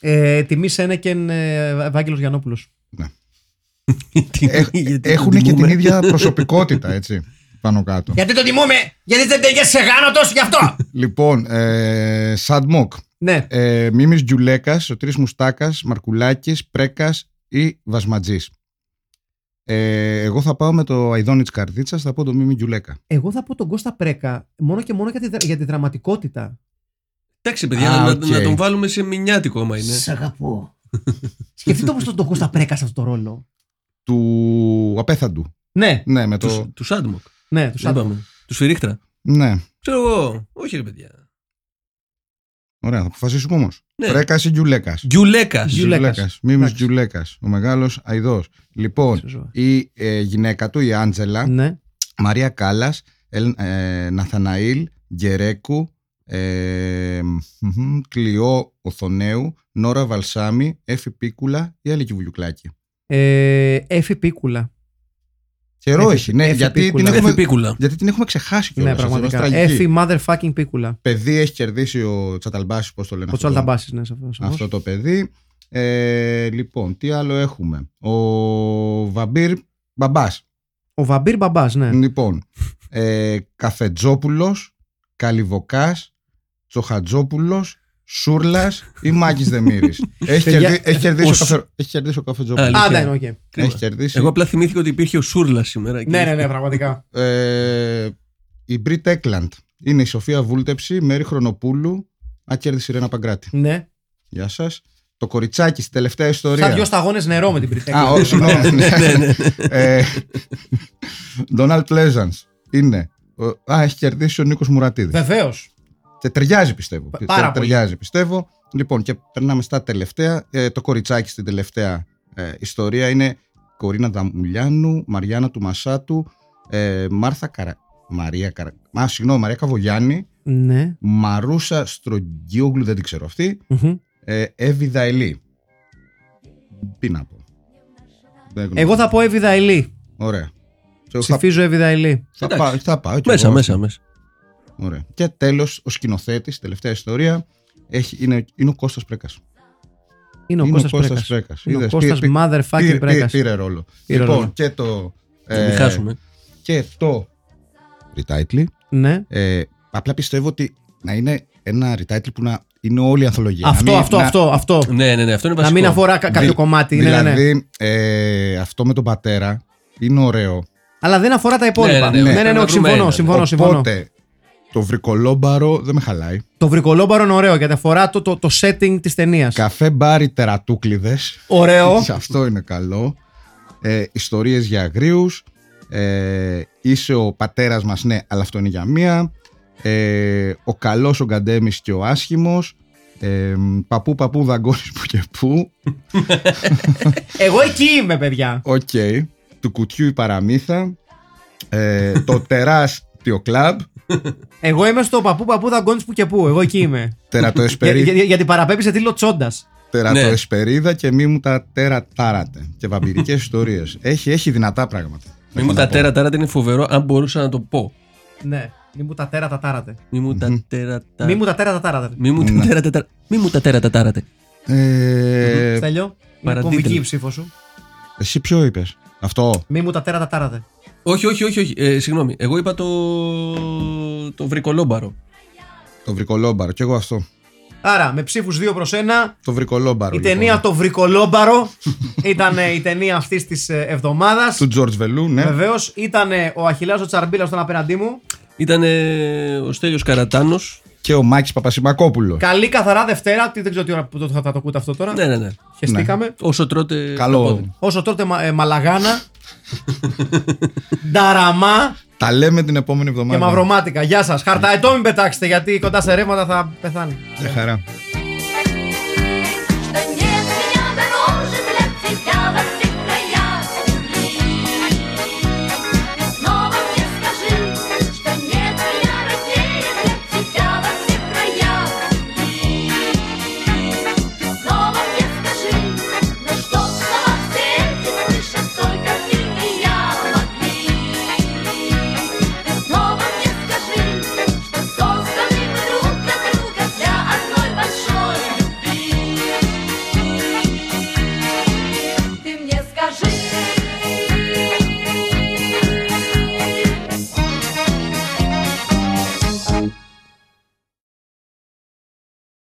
Speaker 1: Ε, τιμή σένα και ε, Ευάγγελος Γιαννόπουλος.
Speaker 2: [LAUGHS] Τι- γιατί το
Speaker 3: Έχουν Ε, και την
Speaker 2: τιμούμε. [LAUGHS]
Speaker 3: ίδια προσωπικότητα, έτσι. Πάνω κάτω.
Speaker 1: Γιατί το τιμούμε! Γιατί δεν ταιριάζει σε γάνο τόσο γι' αυτό!
Speaker 3: Λοιπόν, ε, Σαντμοκ,
Speaker 1: [LAUGHS] ναι.
Speaker 3: ε, Μίμης Τζουλέκας, Σωτήρης Μουστάκας, Μαρκουλάκης, Πρέκας ή Βασματζής. Ε, εγώ θα πάω με το Αϊδόνιτ Καρδίτσα, θα πω το Μίμη Τζουλέκα.
Speaker 1: Εγώ θα πω τον Κώστα Πρέκα μόνο και μόνο για τη, δρα- για τη δραματικότητα.
Speaker 2: Εντάξει, παιδιά,
Speaker 3: Α,
Speaker 2: να,
Speaker 3: οκ.
Speaker 2: να τον βάλουμε σε μηνιάτικο άμα
Speaker 3: Ναι.
Speaker 2: είναι.
Speaker 3: [LAUGHS]
Speaker 1: αγαπώ. Σκεφτείτε όμως τον, τον Κώστα Πρέκα σε αυτόν τον ρόλο.
Speaker 3: Του απέθαντου.
Speaker 1: Ναι,
Speaker 3: Ναι, με
Speaker 2: Τους-
Speaker 3: το.
Speaker 2: Τους Σάντμοκ.
Speaker 1: ναι, τους
Speaker 2: Του είπαμε. Τους Φυρίχτρα.
Speaker 3: Ναι,
Speaker 2: Ξέρω εγώ. Όχι, ρε παιδιά.
Speaker 3: ωραία, θα αποφασίσουμε όμως.
Speaker 2: Ναι.
Speaker 3: Πρέκα ή Τζουλέκα.
Speaker 2: Γκιουλέκα.
Speaker 1: Γιουλέκας.
Speaker 3: Μίμη
Speaker 1: Εντάξει.
Speaker 3: Τζουλέκα. Ο μεγάλος Αϊδός. Λοιπόν, η ε, γυναίκα του, η Άντζελα,
Speaker 1: Ναι.
Speaker 3: Μαρία Κάλλας, Ναθαναήλ Γκερέκου, ε, μμμ, Κλειό Οθονέου, Νόρα Βαλσάμι, Έφη Πίκουλα ή Αλίκη Βουγιουκλάκη.
Speaker 1: Ε, Έφη Πίκουλα.
Speaker 3: Καιρό
Speaker 1: Έφη-
Speaker 3: έχει, ναι,
Speaker 1: Έφη
Speaker 3: γιατί
Speaker 1: Πίκουλα.
Speaker 3: την, έχουμε,
Speaker 2: Έφη Πίκουλα.
Speaker 3: γιατί την έχουμε ξεχάσει
Speaker 1: Ναι,
Speaker 3: κιόλας. αυτή,
Speaker 1: πραγματικά.
Speaker 3: είναι τραγική.
Speaker 1: Έφη motherfucking Πίκουλα.
Speaker 3: Παιδί έχει κερδίσει ο Τσαταλμπάσης, πώς το λένε
Speaker 1: Ο
Speaker 3: αυτό το-
Speaker 1: Τσαλταμπάση, ναι, σαφώς.
Speaker 3: αυτό το παιδί. Ε, λοιπόν, τι άλλο έχουμε. Ο Βαμπύρ Μπαμπάς.
Speaker 1: Ο Βαμπύρ Μπαμπάς, ναι.
Speaker 3: Λοιπόν, ε, Καφετζόπουλος, Καλυβοκάς, Τσοχατζόπουλος, Σούρλας ή Μάκης
Speaker 1: [LAUGHS]
Speaker 3: Δεμήρης. έχει,
Speaker 1: Παιδιά,
Speaker 3: κερδί- έχει κερδίσει ο,
Speaker 2: ο Σ-
Speaker 3: καφε- έχει κερδίσει ο Καφετζόπουλος.
Speaker 2: Α,
Speaker 1: Α,
Speaker 2: αλήθεια.
Speaker 1: ναι, οκ.
Speaker 2: Κρίμα.
Speaker 3: Έχει κερδίσει.
Speaker 2: Εγώ απλά θυμήθηκα ότι υπήρχε ο Σούρλας σήμερα. και-
Speaker 1: Ναι, ναι, ναι, πραγματικά.
Speaker 3: Ε, η Μπρίτ Έκλαντ. Είναι η Σοφία Βούλτεψη, η Μέρη Χρονοπούλου. Α, κέρδισε η Ρένα Παγκράτη.
Speaker 1: ναι.
Speaker 3: Γεια σας. Το κοριτσάκι στη τελευταία
Speaker 1: Σαν
Speaker 3: ιστορία.
Speaker 1: δυο Ναι, σταγόνες νερό με την
Speaker 3: Α,
Speaker 1: Πριτέκα. [LAUGHS]
Speaker 3: όχι, συγγνώμη. Ε, Donald Pleasance είναι. ο- Α, έχει κερδίσει ο Νίκος Μουρατίδης.
Speaker 1: Βεβαίως.
Speaker 3: Και ταιριάζει πιστεύω.
Speaker 1: Πα- πάρα
Speaker 3: Τε- ταιριάζει πιστεύω. Λοιπόν, και περνάμε στα τελευταία. Ε, το κοριτσάκι στην τελευταία ε, ιστορία είναι Κορίνα Δαμουλιάνου, Μαριάννα του Μασάτου, ε, Μάρθα Καρα... Μαρία Καρα... Α, συγγνώμη, Μαρία Καβογιάννη,
Speaker 1: Ναι.
Speaker 3: Μαρούσα Στρογγιόγλου, δεν την ξέρω αυτή,
Speaker 1: Μμμ.
Speaker 3: ε, Εύη Δαελή. Τι να πω. Δεν γνωρίζω.
Speaker 1: Εγώ θα πω Εύη Δαηλή.
Speaker 3: Ωραία. Εγώ Θα,
Speaker 1: Ψηφίζω Εύη Δαηλή.
Speaker 3: θα,
Speaker 2: Εντάξει.
Speaker 3: πάω, θα πάω κι
Speaker 2: Μέσα,
Speaker 3: εγώ.
Speaker 2: μέσα, μέσα.
Speaker 3: Ωραία. Και τέλος, ο σκηνοθέτης, τελευταία ιστορία, έχει, είναι, είναι ο Κώστας Πρέκας.
Speaker 1: Είναι ο Κώστα Πρέκας.
Speaker 3: Πρέκας.
Speaker 1: Είναι ο Κώστα motherfucking Πρέκας.
Speaker 3: Πήρε ρόλο.
Speaker 1: Πήρε
Speaker 3: λοιπόν,
Speaker 1: ρόλο.
Speaker 3: και το.
Speaker 2: Να μην
Speaker 3: ε,
Speaker 2: χάσουμε.
Speaker 3: και το. ε, Retitle.
Speaker 1: Ναι.
Speaker 3: Ε, απλά πιστεύω ότι να είναι ένα retitle που να είναι όλη η ανθολογία.
Speaker 1: Αυτό,
Speaker 3: να μην-
Speaker 1: αυτό,
Speaker 3: να-
Speaker 1: αυτό, αυτό.
Speaker 2: Ναι, ναι, ναι, αυτό είναι
Speaker 1: Να
Speaker 2: βασικό.
Speaker 1: μην αφορά κα- κάποιο
Speaker 3: Δη-
Speaker 1: κομμάτι. Ναι, ναι,
Speaker 3: Δηλαδή,
Speaker 1: ναι.
Speaker 3: ε, αυτό με τον πατέρα είναι ωραίο.
Speaker 1: Αλλά δεν αφορά τα υπόλοιπα.
Speaker 2: Ναι, ναι,
Speaker 1: Ναι,
Speaker 2: ναι.
Speaker 1: ναι, ναι,
Speaker 2: Να
Speaker 1: όχι,
Speaker 2: βρούμε
Speaker 1: συμφωνώ,
Speaker 2: έναν.
Speaker 1: συμφωνώ, συμφωνώ.
Speaker 3: Οπότε, το βρικολόμπαρο δεν με χαλάει.
Speaker 1: Το βρικολόμπαρο είναι ωραίο γιατί αφορά το, το, το setting της ταινίας.
Speaker 3: Καφέ μπάρι τερατούκλιδες.
Speaker 1: Ωραίο.
Speaker 3: Σε αυτό είναι καλό. Ε, ιστορίες για αγρίους. Ε, είσαι ο πατέρας μας, ναι, αλλά αυτό είναι για μία. Ε, ο καλός ο Γκαντέμις και ο άσχημος. Ε, παππού παππού δαγκώνεις που και που.
Speaker 1: Εγώ εκεί είμαι, παιδιά.
Speaker 3: Οκ. Του κουτιού η παραμύθα. Ε,
Speaker 2: [LAUGHS]
Speaker 3: το τεράστιο κλαμπ.
Speaker 1: Εγώ είμαι στο παππού παππού δαγκώνεις που και που. Εγώ εκεί είμαι. Για,
Speaker 3: Τερατοεσπερί...
Speaker 1: για, γιατί παραπέμπεις σε τίτλο τσόντας.
Speaker 2: ναι.
Speaker 3: τερατοεσπερίδα και μη μου τα τέρα τάρατε. Και βαμπυρικές ιστορίες. Έχει, έχει δυνατά πράγματα.
Speaker 2: Μη μου
Speaker 3: Έχω να
Speaker 2: τα
Speaker 3: πω.
Speaker 2: τέρα τάρατα είναι φοβερό, αν μπορούσα να το πω.
Speaker 1: Ναι. Μη μου τα τέρα τα τάρατε.
Speaker 2: Μη μου τα τέρα τα.
Speaker 1: Μη μου τα τέρα τα τάρατε.
Speaker 2: Μη μου τα
Speaker 3: Ναι.
Speaker 2: τέρα τα τάρα- Μη μου τα τέρα τα τάρατε.
Speaker 3: Ε,
Speaker 1: Στέλιο, είναι
Speaker 2: παρατήτρια.
Speaker 1: κομβική η ψήφο σου.
Speaker 3: Εσύ ποιο είπες. Αυτό.
Speaker 1: Μη μου τα τέρα τα τάρατε.
Speaker 2: Όχι, όχι, όχι. όχι. Ε, συγγνώμη. Εγώ είπα το. το βρικολόμπαρο.
Speaker 3: Το βρικολόμπαρο. Κι εγώ αυτό.
Speaker 1: Άρα, με ψήφους 2 προ 1,
Speaker 3: Το βρικολόμπαρο.
Speaker 1: η
Speaker 3: λοιπόν.
Speaker 1: ταινία Το Βρικολόμπαρο ήταν ε, η ταινία αυτής της εβδομάδας.
Speaker 3: Του Τζορτζ Βελού, ναι.
Speaker 1: Βεβαίως, ήταν ε, ο Αχιλέα ο Τσαρμπίλας στον απέναντί μου.
Speaker 2: Ήταν ε, ο Στέλιος Καρατάνος.
Speaker 3: Και ο Μάκης Παπασημακόπουλος.
Speaker 1: Καλή καθαρά Δευτέρα. Τι δεν ξέρω τι ώρα που το- θα, θα το ακούτε αυτό τώρα.
Speaker 2: Ναι, ναι, ναι.
Speaker 1: Χεστήκαμε.
Speaker 2: Όσο τρώτε. τα πόδια.
Speaker 3: Καλό.
Speaker 1: Όσο τότε μα, ε, μαλαγάνα. Νταραμά
Speaker 3: Τα λέμε την επόμενη
Speaker 1: και
Speaker 3: εβδομάδα.
Speaker 1: μαυρομάτικα. Γεια σας. Χαρταετό μην πετάξετε γιατί κοντά σε ρεύματα θα πεθάνει.
Speaker 3: Γεια χαρά.